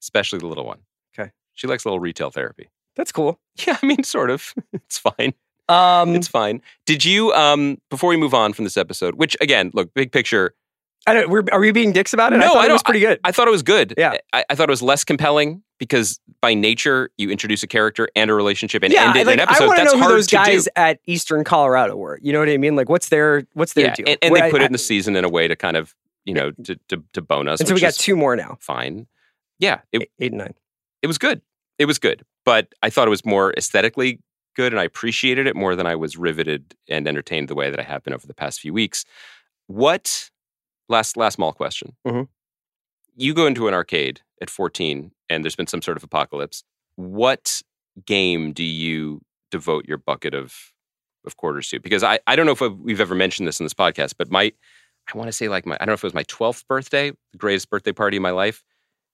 Speaker 6: Especially the little one.
Speaker 5: Okay.
Speaker 6: She likes little retail therapy. *laughs*
Speaker 5: That's cool.
Speaker 6: Yeah, I mean, sort of. *laughs* It's fine.
Speaker 5: Um,
Speaker 6: It's fine. Did you um before we move on from this episode, which again, look, big picture,
Speaker 5: I don't. We're, are we being dicks about it?
Speaker 6: No,
Speaker 5: I thought
Speaker 6: I
Speaker 5: it was
Speaker 6: don't-
Speaker 5: pretty good.
Speaker 6: I thought it was good.
Speaker 5: Yeah.
Speaker 6: I, I thought it was less compelling because by nature you introduce a character and a relationship and
Speaker 5: yeah,
Speaker 6: end it
Speaker 5: like,
Speaker 6: in an episode.
Speaker 5: I want to
Speaker 6: That's
Speaker 5: know who
Speaker 6: hard
Speaker 5: those
Speaker 6: to
Speaker 5: guys
Speaker 6: do.
Speaker 5: at Eastern Colorado were. You know what I mean? Like, what's their what's their
Speaker 6: Yeah,
Speaker 5: deal?
Speaker 6: and, and
Speaker 5: Where
Speaker 6: they
Speaker 5: I-
Speaker 6: put it
Speaker 5: I-
Speaker 6: in the season in a way to kind of you know to to, to bone us.
Speaker 5: And so we
Speaker 6: which
Speaker 5: got
Speaker 6: is
Speaker 5: two more now,
Speaker 6: fine. Yeah, it,
Speaker 5: eight and nine.
Speaker 6: it was good. It was good, but I thought it was more aesthetically good, and I appreciated it more than I was riveted and entertained the way that I have been over the past few weeks. What last last mall question?
Speaker 5: Mhm.
Speaker 6: You go into an arcade at fourteen, and there's been some sort of apocalypse. What game do you devote your bucket of of quarters to? Because I I don't know if we've ever mentioned this in this podcast, but my I want to say like my I don't know if it was my twelfth birthday, the greatest birthday party of my life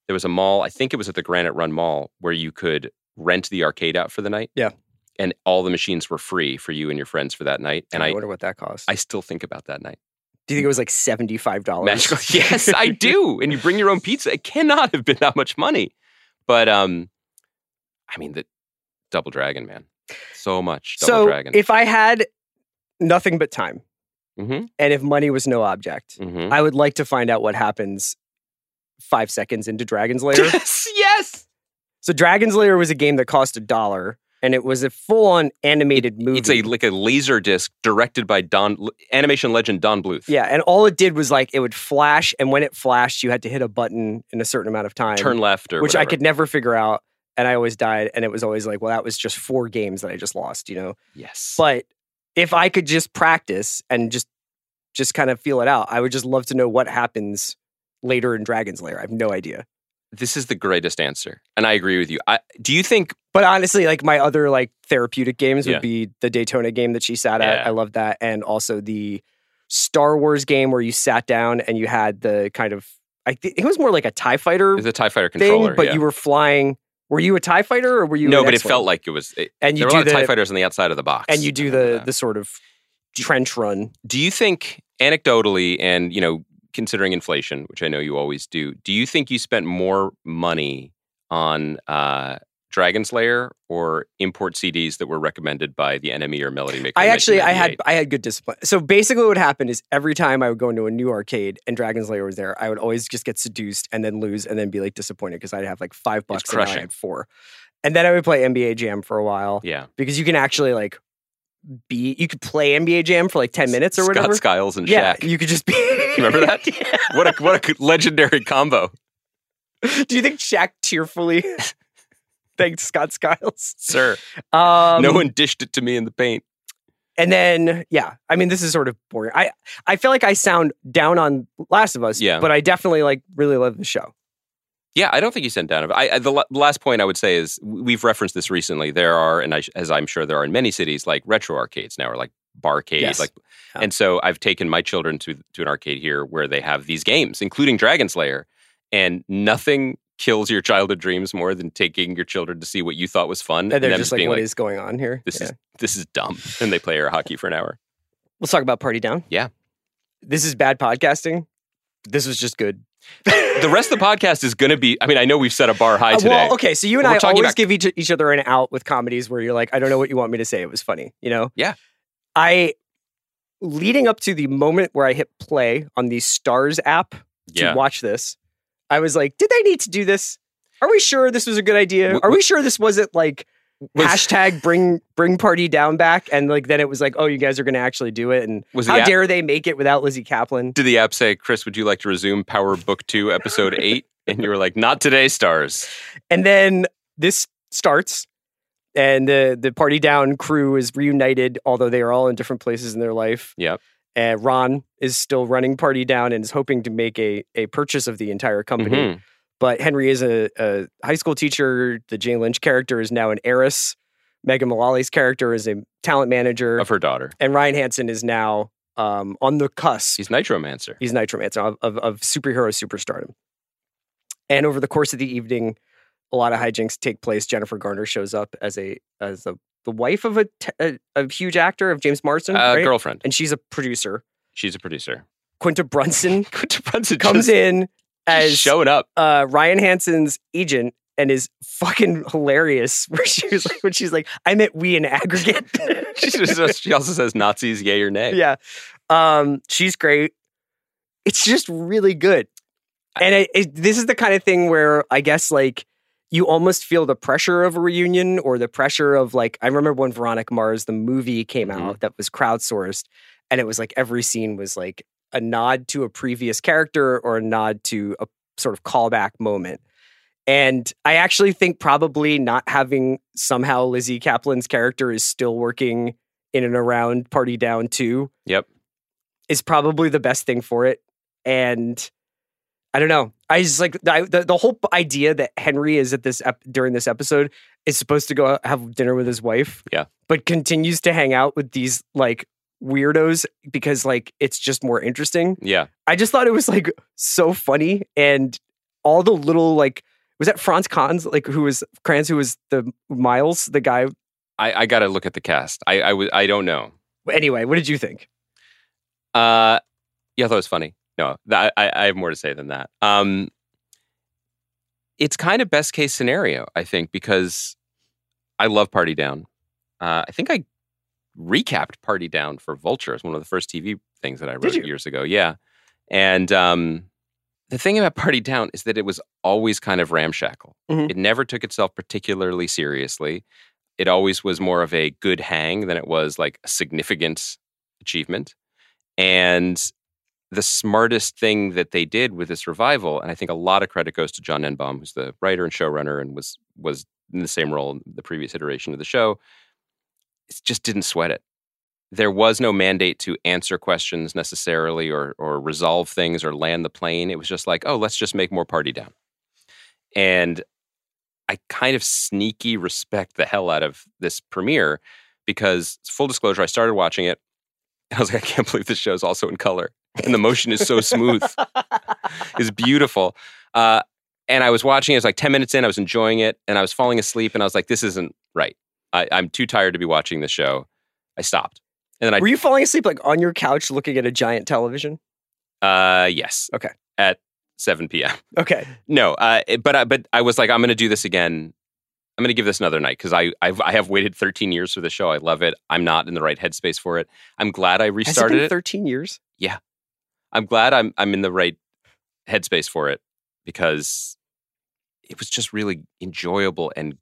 Speaker 6: there was a mall i think it was at the granite run mall where you could rent the arcade out for the night
Speaker 5: Yeah.
Speaker 6: and all the machines were free for you and your friends for that night and
Speaker 5: I,
Speaker 6: i
Speaker 5: wonder what that cost.
Speaker 6: i still think about that night
Speaker 5: Do you think it was like seventy five dollars?
Speaker 6: magical *laughs* yes i do and you bring your own pizza it cannot have been that much money but um i mean the double dragon man so much
Speaker 5: *laughs*
Speaker 6: double
Speaker 5: So
Speaker 6: dragon
Speaker 5: if I had nothing but time,
Speaker 6: mm-hmm,
Speaker 5: and if money was no object,
Speaker 6: mm-hmm.
Speaker 5: I would like to find out what happens five seconds into Dragon's Lair.
Speaker 6: *laughs* yes yes
Speaker 5: so Dragon's Lair was a game that cost a dollar, and it was a full on animated movie.
Speaker 6: it's a like a laser disc directed by don animation legend don bluth
Speaker 5: yeah, and all it did was like it would flash, and when it flashed, you had to hit a button in a certain amount of time.
Speaker 6: turn left or
Speaker 5: which I
Speaker 6: whatever.
Speaker 5: could never figure out. And I always died. And it was always like, well, that was just four games that I just lost, you know?
Speaker 6: yes
Speaker 5: But if I could just practice and just just kind of feel it out, I would just love to know what happens later in Dragon's Lair. I have no idea.
Speaker 6: this is the greatest answer and i agree with you I, do you think
Speaker 5: But honestly, like my other like therapeutic games would
Speaker 6: Yeah.
Speaker 5: be the Daytona game that she sat at.
Speaker 6: Yeah.
Speaker 5: I love that. And also the Star Wars game where you sat down and you had the kind of I think it was more like a TIE fighter
Speaker 6: the tie fighter
Speaker 5: thing,
Speaker 6: controller
Speaker 5: but
Speaker 6: yeah.
Speaker 5: you were flying. Were you a TIE fighter or were you
Speaker 6: no
Speaker 5: an
Speaker 6: but it
Speaker 5: X-Wing?
Speaker 6: felt like it was it,
Speaker 5: and you
Speaker 6: there were a
Speaker 5: do
Speaker 6: lot
Speaker 5: the
Speaker 6: of tie fighters on the outside of the box
Speaker 5: and you do
Speaker 6: I remember
Speaker 5: the
Speaker 6: that.
Speaker 5: the sort of trench run.
Speaker 6: do you think anecdotally and you know considering inflation which i know you always do do you think you spent more money on uh Dragon Slayer or import CDs that were recommended by the enemy or Melody Maker.
Speaker 5: I
Speaker 6: in
Speaker 5: actually I had
Speaker 6: 1998?
Speaker 5: I had good discipline. So basically, what happened is every time I would go into a new arcade and Dragon's Lair was there, I would always just get seduced and then lose and then be like disappointed because I'd have like five bucks and now I
Speaker 6: crushing.
Speaker 5: had four, and then I would play NBA Jam for a while
Speaker 6: yeah
Speaker 5: because you can actually like be you could play NBA Jam for like ten minutes or
Speaker 6: Scott
Speaker 5: whatever.
Speaker 6: Skiles and
Speaker 5: yeah,
Speaker 6: Shaq.
Speaker 5: you could just be.
Speaker 6: Remember
Speaker 5: *laughs*
Speaker 6: that? What a what a good- legendary combo.
Speaker 5: Do you think Shaq
Speaker 6: *laughs*
Speaker 5: tearfully thanked Scott Skiles?
Speaker 6: Sir,
Speaker 5: *laughs* Um,
Speaker 6: no one dished it to me in the paint.
Speaker 5: And then, yeah, I mean, this is sort of boring. I I feel like I sound down on Last of Us,
Speaker 6: Yeah.
Speaker 5: but I definitely like really love the show.
Speaker 6: Yeah, I don't think you sent down. I, I the la- last point I would say is w- we've referenced this recently. There are, and I, sh- as I'm sure there are in many cities, like retro arcades now, or like barcade.
Speaker 5: Yes.
Speaker 6: Like,
Speaker 5: Yeah.
Speaker 6: and so I've taken my children to to an arcade here where they have these games, including Dragon Slayer, and nothing kills your childhood dreams more than taking your children to see what you thought was fun,
Speaker 5: And they're
Speaker 6: them
Speaker 5: just like,
Speaker 6: being
Speaker 5: what is going on here?
Speaker 6: this
Speaker 5: Yeah.
Speaker 6: is this is dumb, and they play air hockey for an hour.
Speaker 5: Let's talk about Party Down.
Speaker 6: Yeah.
Speaker 5: This is bad podcasting. This was just good.
Speaker 6: The rest of the podcast is going to be. I mean, I know we've set a bar high
Speaker 5: Uh,
Speaker 6: today.
Speaker 5: Well, okay, so you and
Speaker 6: We're
Speaker 5: I
Speaker 6: talking
Speaker 5: always
Speaker 6: about-
Speaker 5: give each, each other an out with comedies where you're like, I don't know what you want me to say. It was funny, you know?
Speaker 6: Yeah.
Speaker 5: I, leading up to the moment where I hit play on the Stars app to
Speaker 6: Yeah.
Speaker 5: watch this, I was like, did they need to do this? Are we sure this was a good idea?
Speaker 6: W-
Speaker 5: Are we sure this wasn't like
Speaker 6: Was-
Speaker 5: hashtag bring bring party down back? And like then it was like, oh, you guys are gonna actually do it. And
Speaker 6: Was the
Speaker 5: how
Speaker 6: app-
Speaker 5: dare they make it without Lizzie Kaplan?
Speaker 6: Did the app say, Chris, would you like to resume Power Book Two,
Speaker 5: *laughs*
Speaker 6: Episode Eight? And you were like, not today, stars.
Speaker 5: And then this starts, and the the party down crew is reunited, although they are all in different places in their life.
Speaker 6: Yep.
Speaker 5: And Ron is still running party down and is hoping to make a a purchase of the entire company.
Speaker 6: Mhm.
Speaker 5: But Henry is a, a high school teacher. The Jane Lynch character is now an heiress. Megan Mullally's character is a talent manager,
Speaker 6: Of her daughter,
Speaker 5: and Ryan Hansen is now um, on the cusp
Speaker 6: he's Nitromancer.
Speaker 5: he's Nitromancer of, of, of superhero superstardom. And over the course of the evening, a lot of hijinks take place. Jennifer Garner shows up as a as the the wife of a, t- a, a huge actor of James Marsden,
Speaker 6: Uh,
Speaker 5: right?
Speaker 6: Girlfriend.
Speaker 5: and she's a producer.
Speaker 6: She's a producer. *laughs*
Speaker 5: Quinta Brunson
Speaker 6: Quinta Brunson
Speaker 5: comes
Speaker 6: just-
Speaker 5: in
Speaker 6: just
Speaker 5: as
Speaker 6: showing up. *laughs*
Speaker 5: uh, Ryan Hansen's agent and is fucking hilarious. *laughs* Where she was like, when she's like, "I meant we in aggregate." *laughs*
Speaker 6: She, just- she also says Nazis, yay or nay.
Speaker 5: yeah. Um, she's great. It's just really good. And it, it, this is the kind of thing where I guess like you almost feel the pressure of a reunion or the pressure of like I remember when Veronica Mars the movie came out that was crowdsourced and it was like every scene was like a nod to a previous character or a nod to a sort of callback moment. And I actually think probably not having somehow Lizzie Kaplan's character is still working in and around Party Down 2
Speaker 6: Yep.
Speaker 5: is probably the best thing for it. And I don't know. I just like I, the, the whole idea that Henry is at this ep- during this episode is supposed to go out- have dinner with his wife.
Speaker 6: Yeah.
Speaker 5: But continues to hang out with these like weirdos because like it's just more interesting.
Speaker 6: Yeah.
Speaker 5: I just thought it was like so funny and all the little like was that Franz Kranz like who was Kranz who was the Miles the guy
Speaker 6: I, I got to look at the cast. I, I, w- I don't know.
Speaker 5: anyway what did you think
Speaker 6: Uh, yeah, I thought it was funny. No, that, I, I have more to say than that. Um, it's kind of best case scenario, I think, because I love Party Down. Uh, I think I recapped Party Down for Vulture. It's one of the first TV things that I wrote
Speaker 5: you?
Speaker 6: years ago. Yeah. And um, the thing about Party Down is that it was always kind of ramshackle.
Speaker 5: Mhm.
Speaker 6: It never took itself particularly seriously. It always was more of a good hang than it was like a significant achievement. And the smartest thing that they did with this revival, and I think a lot of credit goes to John Enbaum, who's the writer and showrunner and was was in the same role in the previous iteration of the show, it just didn't sweat it. There was no mandate to answer questions necessarily or or resolve things or land the plane. It was just like, oh, let's just make more party down. And I kind of sneaky respect the hell out of this premiere because full disclosure, I started watching it. And I was like, *laughs* I can't believe this show is also in color. And the motion is so smooth. it's beautiful. Uh, and I was watching it, it was like 10 minutes in, I was enjoying it, and I was falling asleep, and I was like, this isn't right. I, I'm too tired to be watching this show. I stopped. And then
Speaker 5: Were you falling asleep like on your couch looking at a giant television?
Speaker 6: I, uh, yes.
Speaker 5: Okay.
Speaker 6: At 7 p.m.
Speaker 5: Okay.
Speaker 6: No, uh, it- but I, but I was like, I'm going to do this again. I'm going to give this another night because I I've, I have waited 13 years for the show. I love it. I'm not in the right headspace for it. I'm glad I
Speaker 5: Has it
Speaker 6: restarted
Speaker 5: been
Speaker 6: it.
Speaker 5: 13 years?
Speaker 6: I'm glad I'm I'm in the right headspace for it because it was just really enjoyable and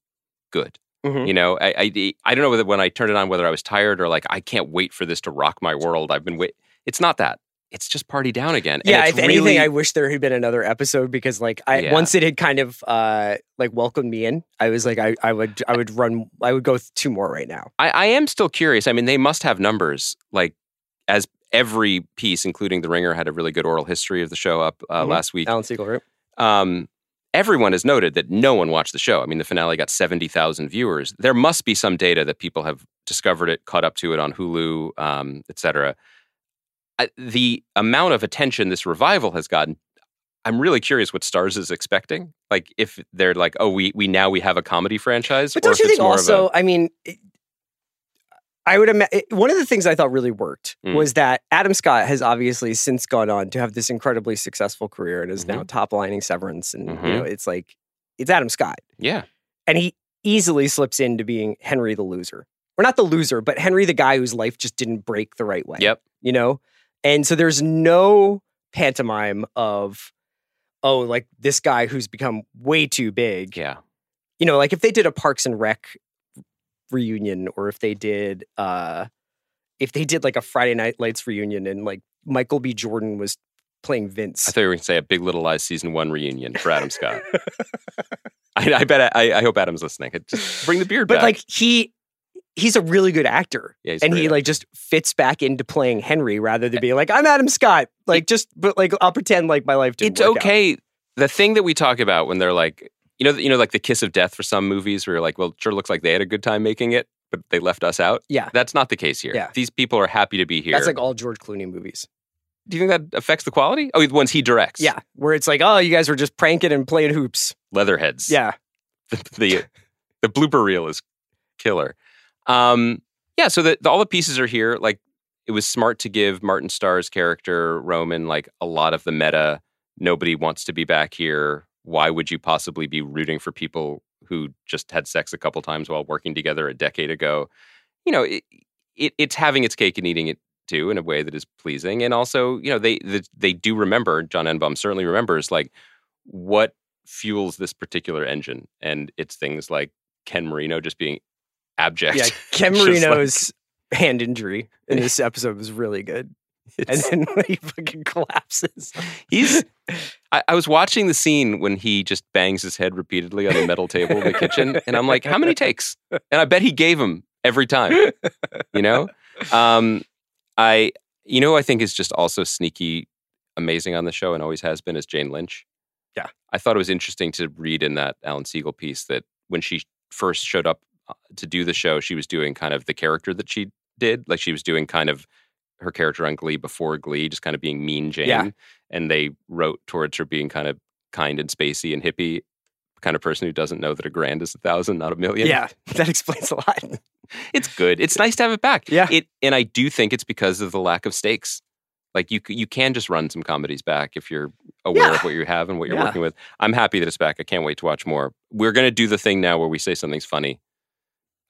Speaker 6: good.
Speaker 5: Mhm.
Speaker 6: You know, I, I I don't know whether when I turned it on whether I was tired or like I can't wait for this to rock my world. I've been wait. It's not that. It's just party down again.
Speaker 5: Yeah,
Speaker 6: and
Speaker 5: if
Speaker 6: it's
Speaker 5: anything,
Speaker 6: really-
Speaker 5: I wish there had been another episode because like I
Speaker 6: Yeah.
Speaker 5: once it had kind of uh like welcomed me in, I was like I, I would I would run I would go th- two more right now.
Speaker 6: I, I am still curious. I mean, they must have numbers. Like, as every piece, including The Ringer, had a really good oral history of the show up uh,
Speaker 5: Mhm.
Speaker 6: last week.
Speaker 5: Alan Siegel, right?
Speaker 6: Um, everyone has noted that no one watched the show. I mean, the finale got 70,000 viewers. There must be some data that people have discovered it, caught up to it on Hulu, um, et cetera. I, the amount of attention this revival has gotten, I'm really curious what Stars is expecting. Like, if they're like, oh, we we now we have a comedy franchise,
Speaker 5: But
Speaker 6: or
Speaker 5: don't
Speaker 6: if
Speaker 5: you
Speaker 6: it's
Speaker 5: think
Speaker 6: more
Speaker 5: also?
Speaker 6: of
Speaker 5: I mean, it- I would imagine one of the things I thought really worked
Speaker 6: Mm.
Speaker 5: was that Adam Scott has obviously since gone on to have this incredibly successful career and is now top lining Severance, and you know it's like it's Adam Scott,
Speaker 6: a yeah,
Speaker 5: and he easily slips into being Henry the loser, or not the loser, but Henry the guy whose life just didn't break the right way.
Speaker 6: yep,
Speaker 5: you know? And so there's no pantomime of, oh, like this guy who's become way too big.
Speaker 6: yeah,
Speaker 5: You know, like if they did a Parks and Rec reunion or if they did uh if they did like a Friday Night Lights reunion and like Michael B. Jordan was playing Vince.
Speaker 6: I thought you were going to say a Big Little Lies season one reunion for Adam Scott. *laughs* I, I bet. I, I hope Adam's listening. Just bring the beard
Speaker 5: but
Speaker 6: back.
Speaker 5: like he he's a really good actor.
Speaker 6: yeah, he's
Speaker 5: and he
Speaker 6: great.
Speaker 5: like just fits back into playing Henry rather than being like, I'm Adam Scott. Like just but like I'll pretend like my life didn't
Speaker 6: it's
Speaker 5: work out.
Speaker 6: okay. The thing that we talk about when they're like, you know, you know, like the kiss of death for some movies, where you're like, well, it sure looks like they had a good time making it, but they left us out.
Speaker 5: Yeah.
Speaker 6: that's not the case here.
Speaker 5: Yeah.
Speaker 6: these people are happy to be here.
Speaker 5: That's like all George Clooney movies.
Speaker 6: Do you think that affects the quality? Oh, the ones he directs.
Speaker 5: Yeah, where it's like, oh, you guys were just pranking and playing *laughs* hoops.
Speaker 6: Leatherheads.
Speaker 5: Yeah,
Speaker 6: *laughs* the the, the blooper reel is killer. Um, yeah, so the, the, all the pieces are here. Like it was smart to give Martin Starr's character Roman like a lot of the meta. Nobody wants to be back here. Why would you possibly be rooting for people who just had sex a couple times while working together a decade ago? You know, it, it it's having its cake and eating it too in a way that is pleasing, and also you know they they, they do remember. John Enbaum certainly remembers like what fuels this particular engine, and it's things like Ken Marino just being abject.
Speaker 5: yeah. Ken
Speaker 6: Just
Speaker 5: Marino's hand injury in *laughs* this episode was really good, and
Speaker 6: It's-
Speaker 5: then *laughs* when he fucking collapses.
Speaker 6: he's. I, I was watching the scene when he just bangs his head repeatedly on a metal table in the kitchen, and I'm like, how many takes? And I bet he gave him every time. You know, um, I. You know, who I think is just also sneaky, amazing on the show, and always has been is Jane Lynch.
Speaker 5: Yeah.
Speaker 6: I thought it was interesting to read in that Alan Siegel piece that when she first showed up uh, to do the show, she was doing kind of the character that she did, like she was doing kind of her character on Glee before Glee, just kind of being mean Jane.
Speaker 5: Yeah.
Speaker 6: And they wrote towards her being kind of kind and spacey and hippie, kind of person who doesn't know that a grand is a thousand, not a million.
Speaker 5: Yeah, *laughs* that explains a lot.
Speaker 6: It's good. It's nice to have it back.
Speaker 5: Yeah.
Speaker 6: It and I do think it's because of the lack of stakes. Like you c- you can just run some comedies back if you're aware
Speaker 5: Yeah.
Speaker 6: of what you have and what you're
Speaker 5: Yeah.
Speaker 6: working with. I'm happy that it's back. I can't wait to watch more. We're gonna do the thing now where we say something's funny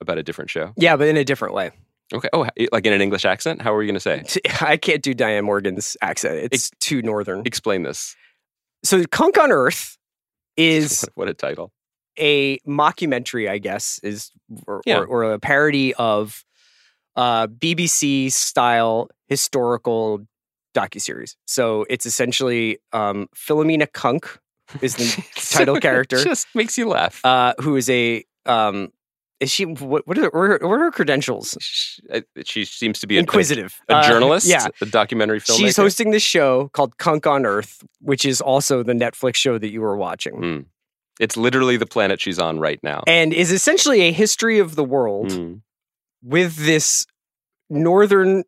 Speaker 6: about a different show.
Speaker 5: Yeah, but in a different *laughs* way.
Speaker 6: Okay. Oh, h- like in an English accent? How are you gonna say?
Speaker 5: I can't do Diane Morgan's accent; it's too northern.
Speaker 6: Explain this. *laughs*
Speaker 5: So, Kunk on Earth is
Speaker 6: What a title.
Speaker 5: a mockumentary, I guess, is or,
Speaker 6: Yeah.
Speaker 5: or, or a parody of uh, BBC style historical docuseries. So it's essentially um, Philomena Kunk is
Speaker 6: *laughs*
Speaker 5: the title character,
Speaker 6: just makes you laugh.
Speaker 5: uh, who is a um, is she what what are, what are her credentials?
Speaker 6: Sh- uh, she seems to be a,
Speaker 5: Inquisitive,
Speaker 6: a, a
Speaker 5: Uh,
Speaker 6: journalist,
Speaker 5: yeah,
Speaker 6: a documentary filmmaker.
Speaker 5: She's hosting this show called Kunk on Earth, which is also the Netflix show that you were watching,
Speaker 6: Mm. It's literally the planet she's on right now.
Speaker 5: and is essentially a history of the world.
Speaker 6: Mm.
Speaker 5: with this northern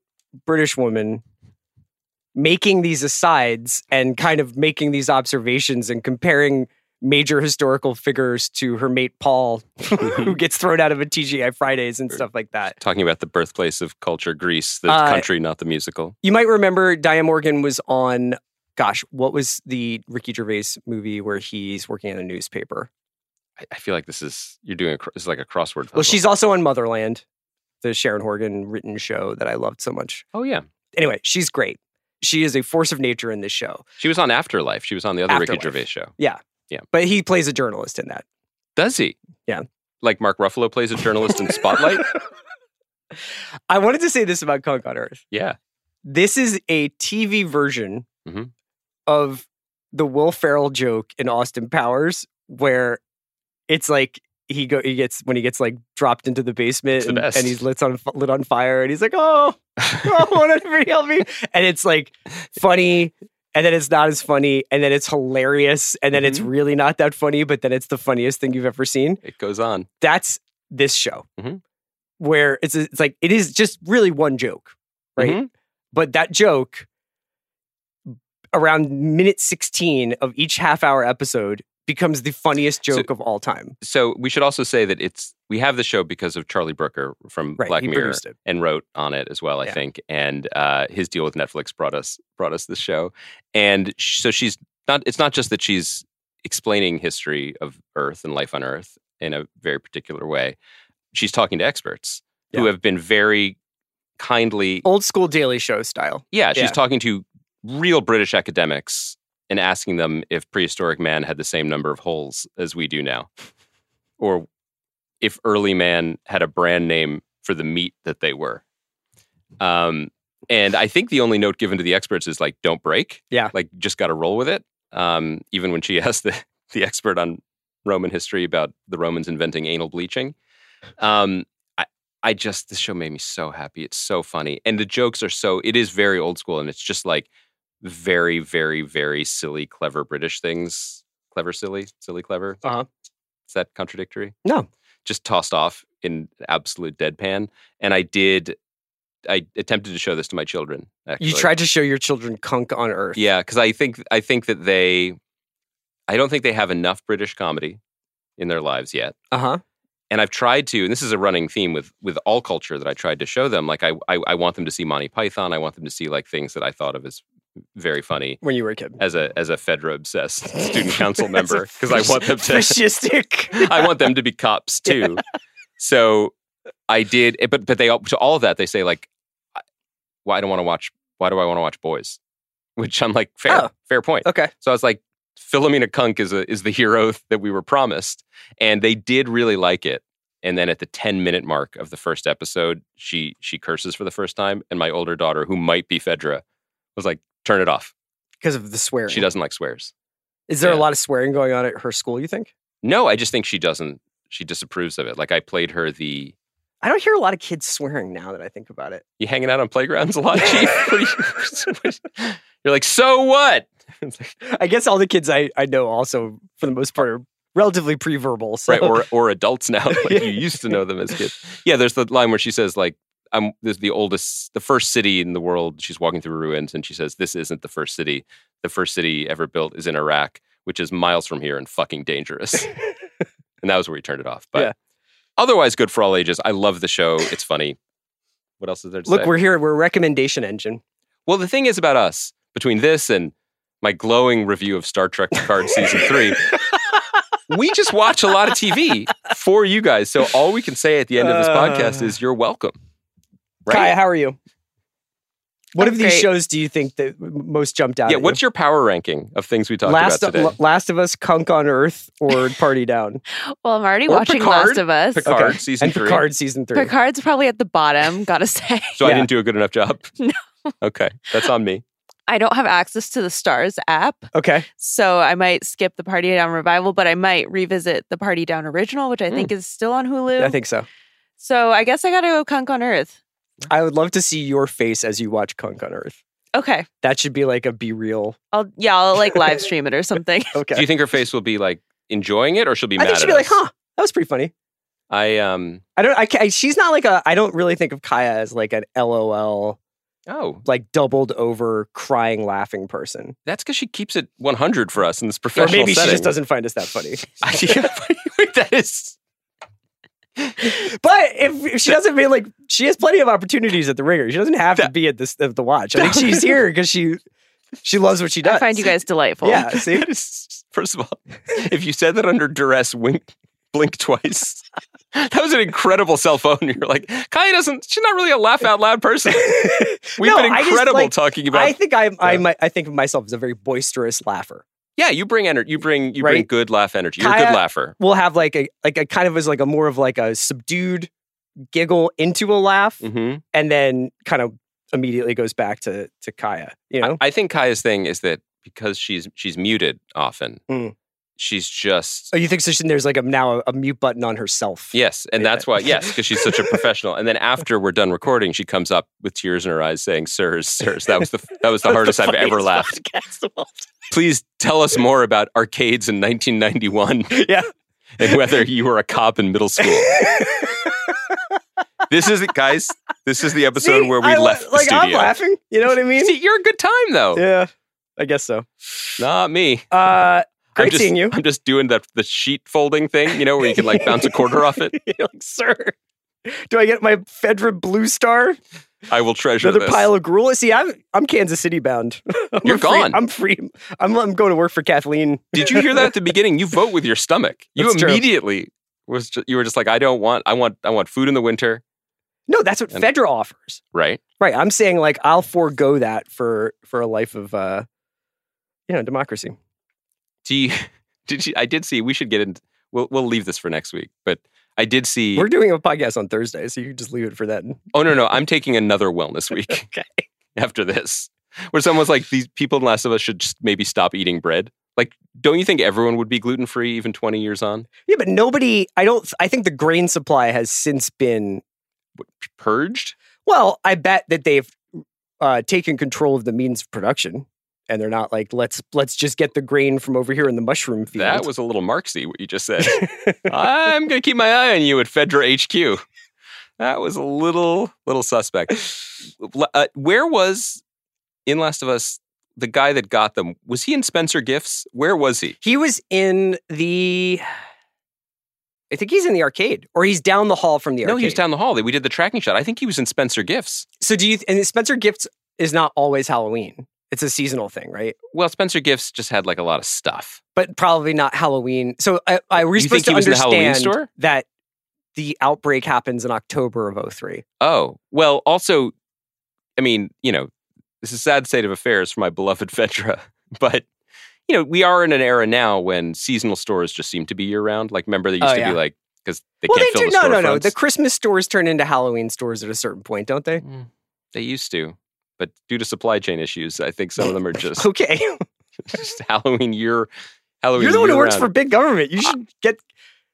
Speaker 5: British woman making these asides and kind of making these observations and comparing major historical figures to her mate Paul, who gets thrown out of a TGI Fridays and stuff like that.
Speaker 6: Talking about the birthplace of culture, Greece, the
Speaker 5: Uh,
Speaker 6: country, not the musical.
Speaker 5: You might remember Diane Morgan was on, gosh, what was the Ricky Gervais movie where he's working at a newspaper?
Speaker 6: I, I feel like this is you're doing a, cr- this is like a crossword. Puzzle.
Speaker 5: Well, she's also on Motherland, the Sharon Horgan written show that I loved so much.
Speaker 6: oh yeah,
Speaker 5: Anyway, she's great. She is a force of nature in this show.
Speaker 6: she was on Afterlife. She was on the other Ricky
Speaker 5: Afterlife.
Speaker 6: Gervais show.
Speaker 5: but he plays a journalist in that.
Speaker 6: Does he?
Speaker 5: Yeah.
Speaker 6: Like Mark Ruffalo plays a journalist in
Speaker 5: *laughs*
Speaker 6: Spotlight.
Speaker 5: I wanted to say this about Kunk on Earth.
Speaker 6: yeah,
Speaker 5: This is a TV version
Speaker 6: Mhm.
Speaker 5: of the Will Ferrell joke in Austin Powers, where it's like he go he gets when he gets like dropped into the basement
Speaker 6: It's the
Speaker 5: and,
Speaker 6: best.
Speaker 5: and he's lit on f- lit on fire and he's like,
Speaker 6: *laughs*
Speaker 5: oh, oh, won't anybody help me? And it's like funny. And then it's not as funny, and then it's hilarious, and then it's
Speaker 6: Mhm.
Speaker 5: really not that funny, but then it's the funniest thing you've ever seen.
Speaker 6: it goes on.
Speaker 5: That's this show.
Speaker 6: Mhm.
Speaker 5: where it's it's like it is just really one joke, right?
Speaker 6: Mhm.
Speaker 5: But that joke around minute 16 of each half hour episode becomes the funniest
Speaker 6: So-
Speaker 5: joke of all time.
Speaker 6: So we should also say that it's we have the show because of Charlie Brooker from
Speaker 5: Right.
Speaker 6: Black
Speaker 5: he
Speaker 6: Mirror
Speaker 5: produced it.
Speaker 6: and wrote on it as well, I
Speaker 5: Yeah.
Speaker 6: think. And uh, his deal with Netflix brought us brought us the show, and sh- so she's not. It's not just that she's explaining history of Earth and life on Earth in a very particular way. She's talking to experts who
Speaker 5: Yeah.
Speaker 6: have been very kindly
Speaker 5: Old school Daily Show style.
Speaker 6: Yeah, she's
Speaker 5: Yeah.
Speaker 6: talking to real British academics and asking them if prehistoric man had the same number of holes as we do now, or if early man had a brand name for the meat that they were. Um, and I think the only note given to the experts is like, "Don't break."
Speaker 5: Yeah.
Speaker 6: like just got to roll with it. Um, even when she *laughs* asked the the expert on Roman history about the Romans inventing anal bleaching. Um, I, I just, this show made me so happy. It's so funny. And the jokes are so, it is very old school and it's just like very, very, very silly, clever British things. Clever, silly, silly, clever.
Speaker 5: Uh-huh.
Speaker 6: Is that contradictory?
Speaker 5: No.
Speaker 6: Just tossed off in absolute deadpan. And I did, I attempted to show this to my children. Actually.
Speaker 5: You tried to show your children Kunk on Earth.
Speaker 6: Yeah, because I think I think that they, I don't think they have enough British comedy in their lives yet.
Speaker 5: Uh-huh.
Speaker 6: And I've tried to, and this is a running theme with with all culture that I tried to show them. Like I, I, I want them to see Monty Python. I want them to see like things that I thought of as very funny
Speaker 5: When you were a kid.
Speaker 6: as a as a Fedra obsessed
Speaker 5: *laughs*
Speaker 6: student council
Speaker 5: As a
Speaker 6: member because I want them to *laughs*
Speaker 5: fascistic.
Speaker 6: I want them to be cops too. So I did, eh, but but they all, to all of that they say like, I- why I don't want to watch? Why do I want to watch Boys? *laughs* Which I'm like, fair,
Speaker 5: Oh.
Speaker 6: fair
Speaker 5: *laughs*
Speaker 6: point.
Speaker 5: okay.
Speaker 6: So I was like, Philomena Kunk is a, is the hero *laughs* that we were promised, and they did really like it. And then at the ten minute mark of the first episode, she she curses for the first time, and my older daughter, who might be Fedra, was like, "Turn it off."
Speaker 5: Because of the swearing.
Speaker 6: She doesn't like swears.
Speaker 5: Is there a
Speaker 6: yeah.
Speaker 5: lot of swearing going on at her school, you think?
Speaker 6: No, I just think she doesn't. She disapproves of it. Like I played her the
Speaker 5: I don't hear a lot of kids swearing now that I think about it.
Speaker 6: "You hanging out on playgrounds a lot, Chief." *laughs* What are you- You're like, "So what?"
Speaker 5: *laughs*
Speaker 6: It's like,
Speaker 5: I guess all the kids I, I know also, for the most part, are relatively pre-verbal. So.
Speaker 6: right or or adults now like
Speaker 5: Yeah.
Speaker 6: you used to know them as kids yeah there's the line where she says like i'm this is the oldest the first city in the world she's walking through ruins and she says this isn't the first city the first city ever built is in iraq which is miles from here and fucking
Speaker 5: *laughs*
Speaker 6: dangerous and that was where we turned it off but
Speaker 5: Yeah.
Speaker 6: otherwise good for all ages i love the show it's funny what else is there
Speaker 5: *laughs*
Speaker 6: to
Speaker 5: Look,
Speaker 6: say
Speaker 5: we're here. We're a recommendation engine.
Speaker 6: well the thing is about us between this and my glowing review of star trek picard
Speaker 5: *laughs*
Speaker 6: season three we just watch a lot of TV for you guys. So all we can say at the end of this podcast
Speaker 5: Uh.
Speaker 6: is you're welcome.
Speaker 5: Kaya,
Speaker 6: Right?
Speaker 5: how are you? What
Speaker 2: I'm
Speaker 5: of these
Speaker 2: great.
Speaker 5: shows do you think that m- most jumped out?
Speaker 6: yeah,
Speaker 5: at
Speaker 6: what's your power ranking of things we
Speaker 5: you?
Speaker 6: talked
Speaker 5: Last
Speaker 6: about today?
Speaker 5: L- Last of Us, Kunk on Earth,
Speaker 6: *laughs*
Speaker 5: or Party Down?
Speaker 7: Well, I'm already
Speaker 6: Or
Speaker 7: watching
Speaker 6: Picard.
Speaker 7: Last of Us.
Speaker 6: Picard season
Speaker 5: and
Speaker 6: three.
Speaker 5: Picard season three.
Speaker 7: Picard's probably at the bottom, gotta *laughs* say.
Speaker 6: So I
Speaker 5: yeah.
Speaker 6: didn't do a good enough
Speaker 5: *laughs*
Speaker 6: job.
Speaker 7: No.
Speaker 6: Okay, that's on me.
Speaker 7: I don't have access to the Stars app,
Speaker 5: Okay,
Speaker 7: so I might skip the Party Down revival, but I might revisit the Party Down original, which I think is still on Hulu.
Speaker 5: Hmm. I think so.
Speaker 7: so I guess I gotta go Kunk on Earth.
Speaker 5: I would love to see your face as you watch Kunk on Earth.
Speaker 7: Okay.
Speaker 5: That should be like a be
Speaker 6: *laughs*
Speaker 5: real.
Speaker 7: I'll yeah, I'll like live stream it or something.
Speaker 5: Okay,
Speaker 6: Do you think her face will be like enjoying it, or she'll be
Speaker 5: I
Speaker 6: mad
Speaker 5: think she'd
Speaker 6: at
Speaker 5: be like,
Speaker 6: us?
Speaker 5: "Huh, that was pretty funny."
Speaker 6: I um.
Speaker 5: I don't. I, ca- I she's not like a. I don't really think of Kaya as like an LOL,
Speaker 6: Oh,
Speaker 5: like doubled over crying laughing person.
Speaker 6: that's because she keeps it 100 for us in this
Speaker 5: Or
Speaker 6: professional
Speaker 5: maybe she
Speaker 6: setting.
Speaker 5: just
Speaker 6: *laughs*
Speaker 5: doesn't find us that funny.
Speaker 6: Wait, that is.
Speaker 5: *laughs* But if, if she doesn't mean like she has plenty of opportunities at the ringer. She doesn't have to be at this at the watch. I think she's here *laughs* because she she loves what she does.
Speaker 7: I find you guys delightful.
Speaker 5: Yeah, *laughs* see?
Speaker 6: That is- *laughs* First of all, if you said that under duress, wink, blink twice. *laughs* That was an incredible cell phone. You're like, Kaya doesn't. She's not really a laugh out
Speaker 5: *laughs*
Speaker 6: loud person. We've
Speaker 5: No,
Speaker 6: been
Speaker 5: I just,
Speaker 6: incredible
Speaker 5: like,
Speaker 6: talking about.
Speaker 5: I think I'm, I
Speaker 6: Yeah.
Speaker 5: might, I think of myself as a very boisterous laugher.
Speaker 6: yeah, you bring energy. You bring you bring
Speaker 5: Right?
Speaker 6: good laugh energy. You're a
Speaker 5: Kaya-
Speaker 6: good laugher.
Speaker 5: We'll have like a like a kind of as like a more of like a subdued giggle into a laugh,
Speaker 6: hmm
Speaker 5: and then kind of immediately goes back to to Kaya. You know,
Speaker 6: I think Kaya's thing is that because she's she's muted often,
Speaker 5: Mm.
Speaker 6: she's just
Speaker 5: oh, you think so? she- There's like a now a, a mute button on herself.
Speaker 6: Yes, and
Speaker 5: Yeah.
Speaker 6: that's why. Yes, because
Speaker 5: *laughs*
Speaker 6: she's such a professional. And then after we're done recording, she comes up with tears in her eyes, saying, "Sirs, sirs, that was the that was the
Speaker 5: *laughs*
Speaker 6: hardest I've ever laughed." *laughs* Please tell us more about arcades in 1991
Speaker 5: Yeah. *laughs*
Speaker 6: and whether you were a cop in middle school. This is the guys. This is the episode
Speaker 5: See,
Speaker 6: where we
Speaker 5: I la-
Speaker 6: left the
Speaker 5: Like I'm
Speaker 6: studio.
Speaker 5: laughing. You know what I mean?
Speaker 6: See, you're a good time though.
Speaker 5: yeah, I guess so.
Speaker 6: Not me.
Speaker 5: Uh, great
Speaker 6: I'm just,
Speaker 5: seeing you. *laughs*
Speaker 6: I'm just doing the the sheet folding thing. You know where you can like bounce a quarter off it.
Speaker 5: You're like, sir, do I get my Fedra Blue Star?
Speaker 6: I will treasure
Speaker 5: Another
Speaker 6: this.
Speaker 5: pile of gruel. See, I'm I'm Kansas City bound. *laughs* I'm
Speaker 6: You're
Speaker 5: a free-
Speaker 6: gone.
Speaker 5: I'm free. I'm, I'm going to work for Kathleen.
Speaker 6: Did you hear that at the beginning? You vote with
Speaker 5: *laughs*
Speaker 6: your stomach. You
Speaker 5: That's true.
Speaker 6: immediately was ju- you were just like, I don't want. I want. I want food in the winter.
Speaker 5: No, that's what
Speaker 6: And-
Speaker 5: Fedra offers.
Speaker 6: Right.
Speaker 5: Right. I'm saying like I'll forego that for for a life of uh, you know, democracy.
Speaker 6: Do you? *laughs* Did you? I did see. We should get in. We'll we'll leave this for next week. But I did see.
Speaker 5: We're doing a podcast on Thursday, so you can just leave it for that.
Speaker 6: *laughs* Oh no, no, I'm taking
Speaker 5: *laughs*
Speaker 6: another wellness week.
Speaker 5: Okay.
Speaker 6: *laughs* After this, where someone's like, these people in Last of Us should just maybe stop eating bread. Like, don't you think everyone would be gluten free even 20 years on?
Speaker 5: Yeah, but nobody. I don't. I think the grain supply has since been.
Speaker 6: Purged?
Speaker 5: Well, I bet that they've uh, taken control of the means of production, and they're not like let's let's just get the grain from over here in the mushroom field.
Speaker 6: That was a little Marxy what you
Speaker 5: *laughs*
Speaker 6: just said. I'm gonna keep my eye on you at Fedra HQ. That was a little little suspect. L- Uh, where was in Last of Us the guy that got them? Was he in Spencer Gifts? Where was he?
Speaker 5: He was in the. I think he's in the arcade, or he's down the hall from the
Speaker 6: No,
Speaker 5: arcade.
Speaker 6: he was down the hall. They- We did the tracking shot. I think he was in Spencer Gifts.
Speaker 5: So do you? And Spencer Gifts is not always Halloween. It's a seasonal thing, right?
Speaker 6: Well, Spencer Gifts just had like a lot of stuff.
Speaker 5: But probably not Halloween. So I, I we
Speaker 6: You
Speaker 5: supposed
Speaker 6: think
Speaker 5: to
Speaker 6: he was in the
Speaker 5: understand
Speaker 6: Halloween store?
Speaker 5: that the outbreak happens in October of 03.
Speaker 6: Oh, well, also, I mean, you know, this is a sad state of affairs for my beloved Fedra, *laughs* but you know, we are in an era now when seasonal stores just seem to be year round. Like, remember they used
Speaker 5: Oh,
Speaker 6: to
Speaker 5: yeah.
Speaker 6: be like because they
Speaker 5: well,
Speaker 6: can't
Speaker 5: they
Speaker 6: fill
Speaker 5: do. No,
Speaker 6: the
Speaker 5: no, no.
Speaker 6: storefronts.
Speaker 5: The Christmas stores turn into Halloween stores at a certain point, don't they?
Speaker 6: Mm, they used to, but due to supply chain issues, I think some of them
Speaker 5: *laughs*
Speaker 6: are
Speaker 5: *laughs*
Speaker 6: just, *laughs*
Speaker 5: Okay,
Speaker 6: just Halloween year. Halloween.
Speaker 5: you're the one who works for
Speaker 6: year-round.
Speaker 5: big government. You should get.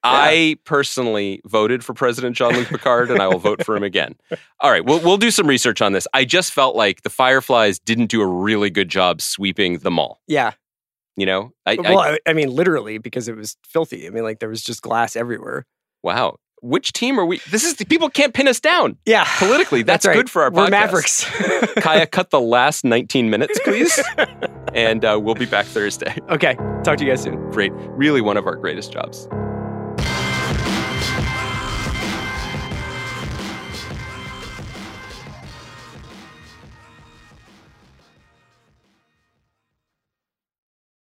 Speaker 6: I personally voted for President John Luke Picard, and I will vote for him again. *laughs* All right, we'll we'll do some research on this. I just felt like the Fireflies didn't do a really good job sweeping the mall.
Speaker 5: Yeah.
Speaker 6: You know, I, I-
Speaker 5: well, I, I mean, literally, because it was filthy. I mean, like there was just glass everywhere.
Speaker 6: wow. Which team are we? This is people can't pin us down
Speaker 5: Yeah, *laughs*
Speaker 6: politically. That's,
Speaker 5: right.
Speaker 6: good for our
Speaker 5: We're
Speaker 6: podcast.
Speaker 5: Mavericks. *laughs*
Speaker 6: Kaya, cut the last 19 minutes, please, and uh, we'll be back Thursday. *laughs*
Speaker 5: okay, talk to you guys soon.
Speaker 6: Great, really one of our greatest jobs.